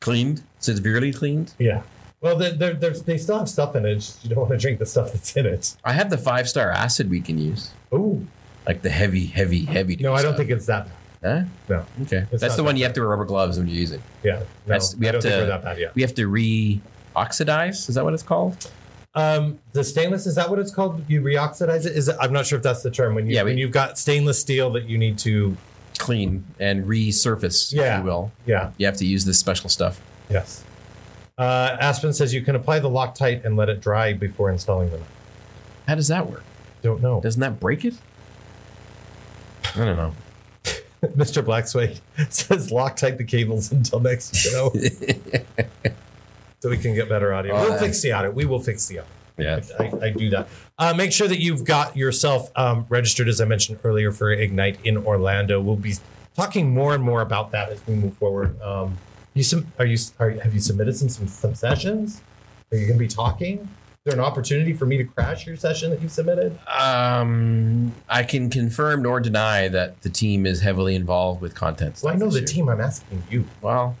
Speaker 3: cleaned, severely cleaned.
Speaker 1: Yeah. Well, they they're, they're, they still have stuff in it. just You don't want to drink the stuff that's in it.
Speaker 3: I have the five star acid we can use,
Speaker 1: Ooh.
Speaker 3: like the heavy, heavy, heavy.
Speaker 1: No, I don't
Speaker 3: stuff.
Speaker 1: think it's that.
Speaker 3: Huh?
Speaker 1: No.
Speaker 3: Okay,
Speaker 1: It's
Speaker 3: that's
Speaker 1: not
Speaker 3: the one
Speaker 1: that
Speaker 3: you have to wear rubber gloves when you use it.
Speaker 1: Yeah. No,
Speaker 3: That's- we
Speaker 1: I don't
Speaker 3: have
Speaker 1: think
Speaker 3: to-
Speaker 1: we're that bad yet.
Speaker 3: We have to re oxidize. Is that what it's called?
Speaker 1: Um, the stainless is that what it's called? You reoxidize it? Is it, I'm not sure if that's the term when you
Speaker 3: Yeah, we-
Speaker 1: when you've got stainless steel that you need to.
Speaker 3: Clean and resurface, if
Speaker 1: Yeah.
Speaker 3: you will.
Speaker 1: Yeah.
Speaker 3: You have to use this special stuff.
Speaker 1: Yes. Uh, Aspen says you can apply the Loctite and let it dry before installing them.
Speaker 3: How does that work?
Speaker 1: Don't know,
Speaker 3: Doesn't that break it? I don't *laughs* know.
Speaker 1: *laughs* Mr. Blacksway says Loctite the cables until next
Speaker 3: *laughs*
Speaker 1: show, so we can get better audio.
Speaker 3: Oh,
Speaker 1: we'll
Speaker 3: nice.
Speaker 1: fix the audio. We will fix the audio.
Speaker 3: yeah.
Speaker 1: I, I do that. Uh, make sure that you've got yourself um, registered, as I mentioned earlier, for Ignite in Orlando. We'll be talking more and more about that as we move forward. Um, you sub- are you are, have you submitted some some, some sessions? Are you going to be talking? Is there an opportunity for me to crash your session that you submitted?
Speaker 3: Um, I can confirm nor deny that the team is heavily involved with content.
Speaker 1: Well, I
Speaker 3: like
Speaker 1: know
Speaker 3: this
Speaker 1: the
Speaker 3: year.
Speaker 1: team. I'm asking you
Speaker 3: Well,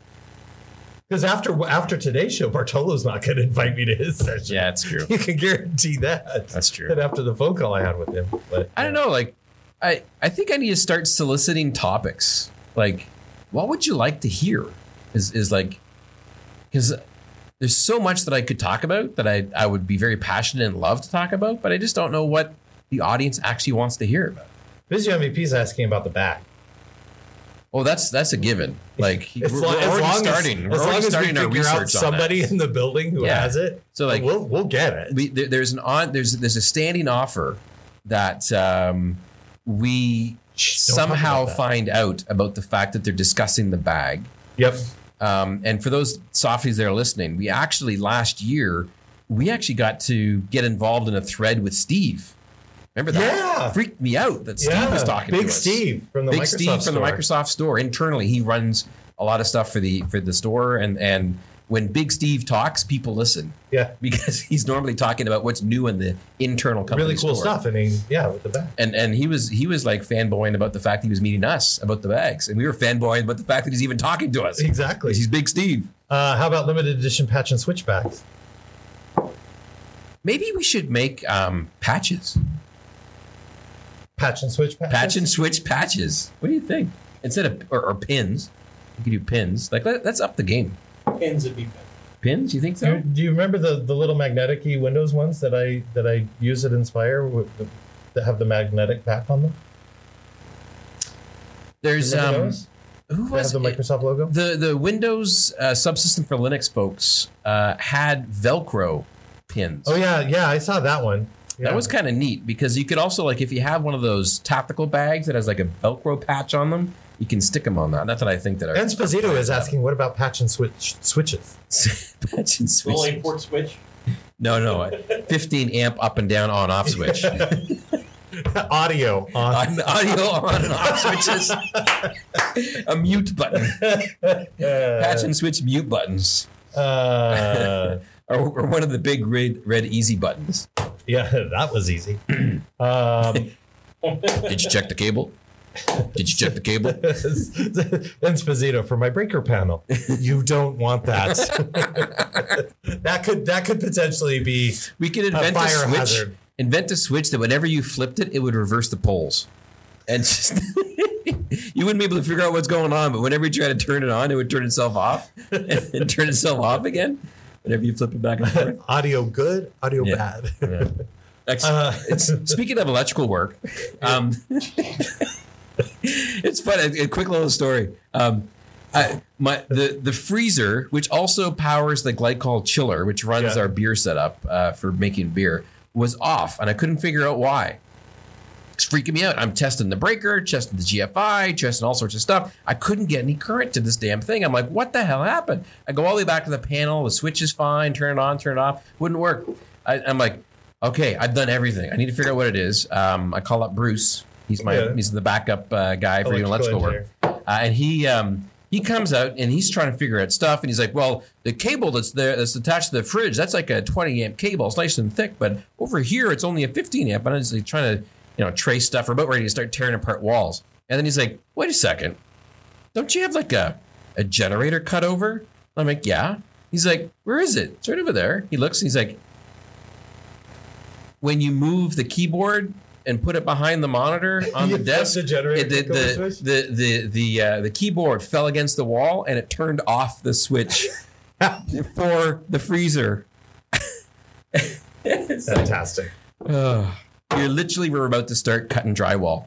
Speaker 1: because after after today's show, Bartolo's not going to invite me to his session.
Speaker 3: yeah, it's true.
Speaker 1: *laughs* you can guarantee that.
Speaker 3: That's true.
Speaker 1: And after the phone call I had with him, but
Speaker 3: I don't know. Like, I I think I need to start soliciting topics. Like, what would you like to hear? Is is like, because there's so much that I could talk about that I I would be very passionate and love to talk about, but I just don't know what the audience actually wants to hear about.
Speaker 1: Busy MVP is asking about the back.
Speaker 3: Oh, that's that's a given. Like,
Speaker 1: As
Speaker 3: we're,
Speaker 1: lo-
Speaker 3: we're
Speaker 1: as
Speaker 3: already
Speaker 1: long as-
Speaker 3: starting.
Speaker 1: As,
Speaker 3: we're
Speaker 1: long
Speaker 3: already
Speaker 1: as we
Speaker 3: starting our
Speaker 1: figure
Speaker 3: research
Speaker 1: out somebody
Speaker 3: on that.
Speaker 1: in the building who
Speaker 3: Yeah.
Speaker 1: has it,
Speaker 3: So like,
Speaker 1: we'll we'll get it.
Speaker 3: we, there, there's an on there's there's a standing offer that um, we
Speaker 1: Shh, don't talk about
Speaker 3: somehow
Speaker 1: that.
Speaker 3: find out about the fact that they're discussing the bag.
Speaker 1: Yep.
Speaker 3: Um, and for those softies that are listening, we actually last year we actually got to get involved in a thread with Steve. Remember that?
Speaker 1: Yeah.
Speaker 3: Freaked me out that Steve was talking
Speaker 1: Big
Speaker 3: to us.
Speaker 1: Steve from the
Speaker 3: Big
Speaker 1: Microsoft
Speaker 3: Steve from the
Speaker 1: store.
Speaker 3: Microsoft store. Internally, he runs a lot of stuff for the for the store, and and when Big Steve talks, people listen
Speaker 1: Yeah.
Speaker 3: *laughs* because he's normally talking about what's new in the internal company.
Speaker 1: Really cool
Speaker 3: store.
Speaker 1: stuff. I mean, yeah, with the back.
Speaker 3: And and he was he was like fanboying about the fact he was meeting us about the bags, and we were fanboying about the fact that he's even talking to us.
Speaker 1: Exactly.
Speaker 3: He's Big Steve.
Speaker 1: Uh, how about limited edition patch and switchbacks?
Speaker 3: Maybe we should make um, patches,
Speaker 1: Patch and switch patches?
Speaker 3: patch and switch patches. What do you think? Instead of or, or pins, we could do pins. Like let, let's up the game.
Speaker 2: Pins would be better.
Speaker 3: Pins? You think
Speaker 1: Do you,
Speaker 3: so?
Speaker 1: do you remember the, the little magnetic Windows ones that I that I use at Inspire with the, that have the magnetic back on them?
Speaker 3: There's
Speaker 1: Remember
Speaker 3: um,
Speaker 1: those?
Speaker 3: who
Speaker 1: That have
Speaker 3: was
Speaker 1: the
Speaker 3: it?
Speaker 1: Microsoft logo?
Speaker 3: the the Windows uh, subsystem for Linux folks uh, had Velcro pins.
Speaker 1: Oh yeah, yeah, I saw that one. Yeah.
Speaker 3: That was kind of neat because you could also like if you have one of those tactical bags that has like a Velcro patch on them, you can stick them on that. Not that I think that our
Speaker 1: Esposito is asking, what about patch and switch switches?
Speaker 3: *laughs*
Speaker 1: *laughs*
Speaker 3: patch and
Speaker 2: Little
Speaker 3: switch.
Speaker 2: eight port
Speaker 3: *laughs*
Speaker 2: switch.
Speaker 3: No, no, a 15 amp up and down on off switch.
Speaker 1: Audio on.
Speaker 3: *laughs* On- audio on and off switches. a mute button.
Speaker 1: *laughs*
Speaker 3: Patch and switch mute buttons.
Speaker 1: Uh,
Speaker 3: Or, or one of the big red, red easy buttons.
Speaker 1: yeah, that was
Speaker 3: *clears throat*
Speaker 1: easy. Um, *laughs*
Speaker 3: Did you check the cable? Did you check the cable?
Speaker 1: Esposito for my breaker panel. You don't want that. *laughs* that could that could potentially be
Speaker 3: We could
Speaker 1: a
Speaker 3: invent a,
Speaker 1: fire
Speaker 3: switch.
Speaker 1: hazard.
Speaker 3: Invent a switch that whenever you flipped it, it would reverse the poles, and just *laughs* you wouldn't be able to figure out what's going on. But whenever you try to turn it on, it would turn itself off *laughs* and, turn itself off again. Whenever you flip it back and forth.
Speaker 1: Audio good, audio
Speaker 3: Yeah.
Speaker 1: bad. *laughs*
Speaker 3: Ex-
Speaker 1: Uh,
Speaker 3: it's, speaking of electrical work, um, it's fun. A, a quick little story. Um, I, my the the freezer, which also powers the glycol chiller, which runs
Speaker 1: Yeah.
Speaker 3: our beer setup uh, for making beer, was off, and I couldn't figure out why. It's freaking me out. I'm testing the breaker, testing the GFI, testing all sorts of stuff. I couldn't get any current to this damn thing. I'm like, what the hell happened? I go all the way back to the panel. The switch is fine. Turn it on, turn it off. Wouldn't work. I, I'm like, okay, I've done everything. I need to figure out what it is. Um, I call up Bruce. He's my
Speaker 1: Yeah.
Speaker 3: he's the backup uh, guy for doing electrical work.
Speaker 1: engineer.
Speaker 3: Uh, and he um, he comes out and he's trying to figure out stuff. And he's like, "Well, the cable that's there that's attached to the fridge, that's like a 20 amp cable. It's nice and thick, but over here it's only a 15 amp." And I'm just like, trying to you know trace stuff. We're about ready to start tearing apart walls. And then he's like, "Wait a second, don't you have like a a generator cut over?" And I'm like, "Yeah." He's like, "Where is it? It's right over there." He looks and he's like, "When you move the keyboard." And put it behind the monitor
Speaker 1: *laughs*
Speaker 3: on
Speaker 1: You
Speaker 3: the desk.
Speaker 1: flipped The generator.
Speaker 3: It- the,
Speaker 1: flipped over
Speaker 3: the,
Speaker 1: switch?
Speaker 3: the the the uh, the keyboard fell against the wall and it turned off
Speaker 1: *laughs*
Speaker 3: the switch *laughs* for the freezer. It's like,
Speaker 1: Fantastic.
Speaker 3: ugh. You're literally we're about to start cutting drywall.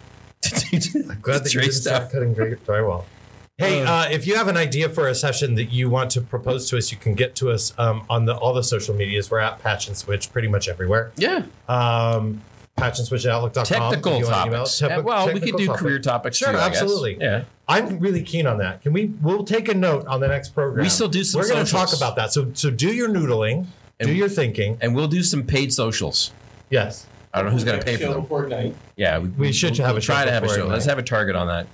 Speaker 3: *laughs*
Speaker 1: I'm glad that you
Speaker 3: Trace
Speaker 1: didn't start
Speaker 3: stuff.
Speaker 1: cutting dry- drywall.
Speaker 3: Um,
Speaker 1: Hey, uh, if you have an idea for a session that you want to propose to us, you can get to us um, on the all the social medias. We're at Patch and Switch pretty much everywhere.
Speaker 3: yeah,
Speaker 1: Um, patch and switch at outlook.com.
Speaker 3: technical
Speaker 1: if you want to email.
Speaker 3: topics.
Speaker 1: Tepi-
Speaker 3: Uh, well, we could
Speaker 1: technical
Speaker 3: do
Speaker 1: topic.
Speaker 3: career topics.
Speaker 1: Sure,
Speaker 3: too, I guess.
Speaker 1: absolutely.
Speaker 3: Yeah,
Speaker 1: I'm really keen on that. Can we? We'll take a note on the next program.
Speaker 3: We still do some
Speaker 1: We're going to
Speaker 3: socials.
Speaker 1: talk about that. So, so do your noodling,
Speaker 3: And-
Speaker 1: do your thinking.
Speaker 3: and we'll do some paid socials.
Speaker 1: Yes,
Speaker 3: I don't know who's going to pay for
Speaker 2: Show
Speaker 3: them.
Speaker 2: before night.
Speaker 3: Yeah, we,
Speaker 1: should
Speaker 3: we'll-
Speaker 1: have a
Speaker 3: we'll try
Speaker 1: show
Speaker 3: to have a
Speaker 1: before
Speaker 3: show. Let's
Speaker 1: night.
Speaker 3: have a target on that.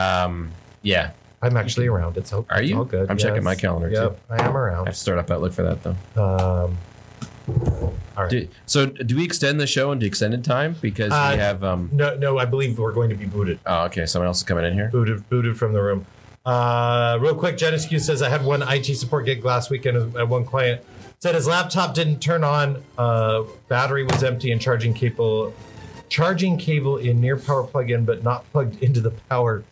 Speaker 3: Um, yeah,
Speaker 1: I'm actually around. It's all,
Speaker 3: Are you?
Speaker 1: All good.
Speaker 3: I'm checking my calendar, too.
Speaker 1: Yep, I am
Speaker 3: I have
Speaker 1: around.
Speaker 3: to start up Outlook for that though.
Speaker 1: Um, all right.
Speaker 3: Do, so do we extend the show into extended time because
Speaker 1: Uh,
Speaker 3: we have um
Speaker 1: no, no, I believe we're going to be booted.
Speaker 3: oh okay someone else is coming in here
Speaker 1: booted booted from the room. Uh, real quick, Genescu says I had one IT support gig last weekend at one client. Said his laptop didn't turn on, uh, battery was empty, and charging cable, charging cable in near power plug-in, but not plugged into the power.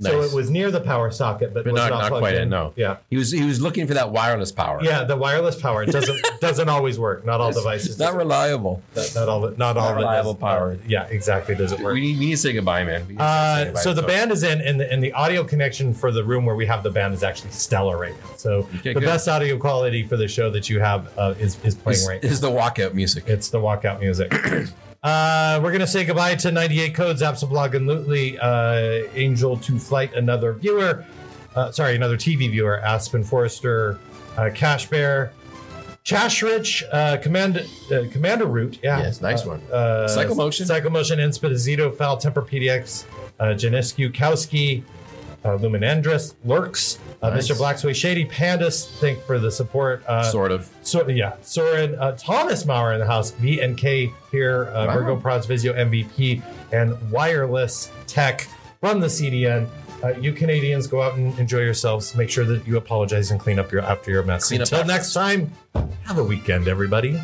Speaker 1: So
Speaker 3: Nice.
Speaker 1: it was near the power socket, but,
Speaker 3: But
Speaker 1: was
Speaker 3: not-
Speaker 1: not,
Speaker 3: not
Speaker 1: plugged
Speaker 3: quite in,
Speaker 1: in.
Speaker 3: no.
Speaker 1: Yeah,
Speaker 3: he was he was looking for that wireless power
Speaker 1: yeah. The wireless power it
Speaker 3: *laughs*
Speaker 1: doesn't doesn't always work. Not all
Speaker 3: It's
Speaker 1: devices.
Speaker 3: not reliable
Speaker 1: not, not all. Not, not all. of it
Speaker 3: reliable
Speaker 1: does- Uh,
Speaker 3: power.
Speaker 1: Yeah, exactly. Doesn't work.
Speaker 3: we need, we need to say goodbye man We need to say
Speaker 1: Uh,
Speaker 3: goodbye
Speaker 1: so
Speaker 3: to
Speaker 1: the
Speaker 3: folks.
Speaker 1: band is in, and the, and the audio connection for the room where we have the band is actually stellar right now. So the
Speaker 3: Okay, good.
Speaker 1: best audio quality for the show that you have uh, is is playing
Speaker 3: is,
Speaker 1: right.
Speaker 3: is the walkout music
Speaker 1: It's the walkout music. *clears throat* Uh, we're gonna say goodbye to 98 Codes, Absablog, and Lutely, uh, Angel to Flight, another viewer, uh, sorry, another TV viewer, Aspen Forrester, uh, Cash Bear, Chashrich, uh, Command, uh, Commander Root, yeah,
Speaker 3: Yes, nice
Speaker 1: uh,
Speaker 3: one.
Speaker 1: uh,
Speaker 3: Cycle Motion.
Speaker 1: Cycle Motion, Inspedizito, Foul Temper PDX, uh, Janescu, Kowski, uh, Luminandris, Lurks, uh,
Speaker 3: Nice.
Speaker 1: Mr. Blacksway, Shady Pandas, thank for the support. Uh,
Speaker 3: sort of
Speaker 1: so yeah, Soren uh, Thomas Maurer in the house, V and K here, uh,
Speaker 3: Wow.
Speaker 1: Virgo Prods Visio MVP, and Wireless Tech from the CDN. Uh, you Canadians go out and enjoy yourselves. Make sure that you apologize and clean up your after your mess.
Speaker 3: Clean up
Speaker 1: Until
Speaker 3: after.
Speaker 1: next time, have a weekend, everybody.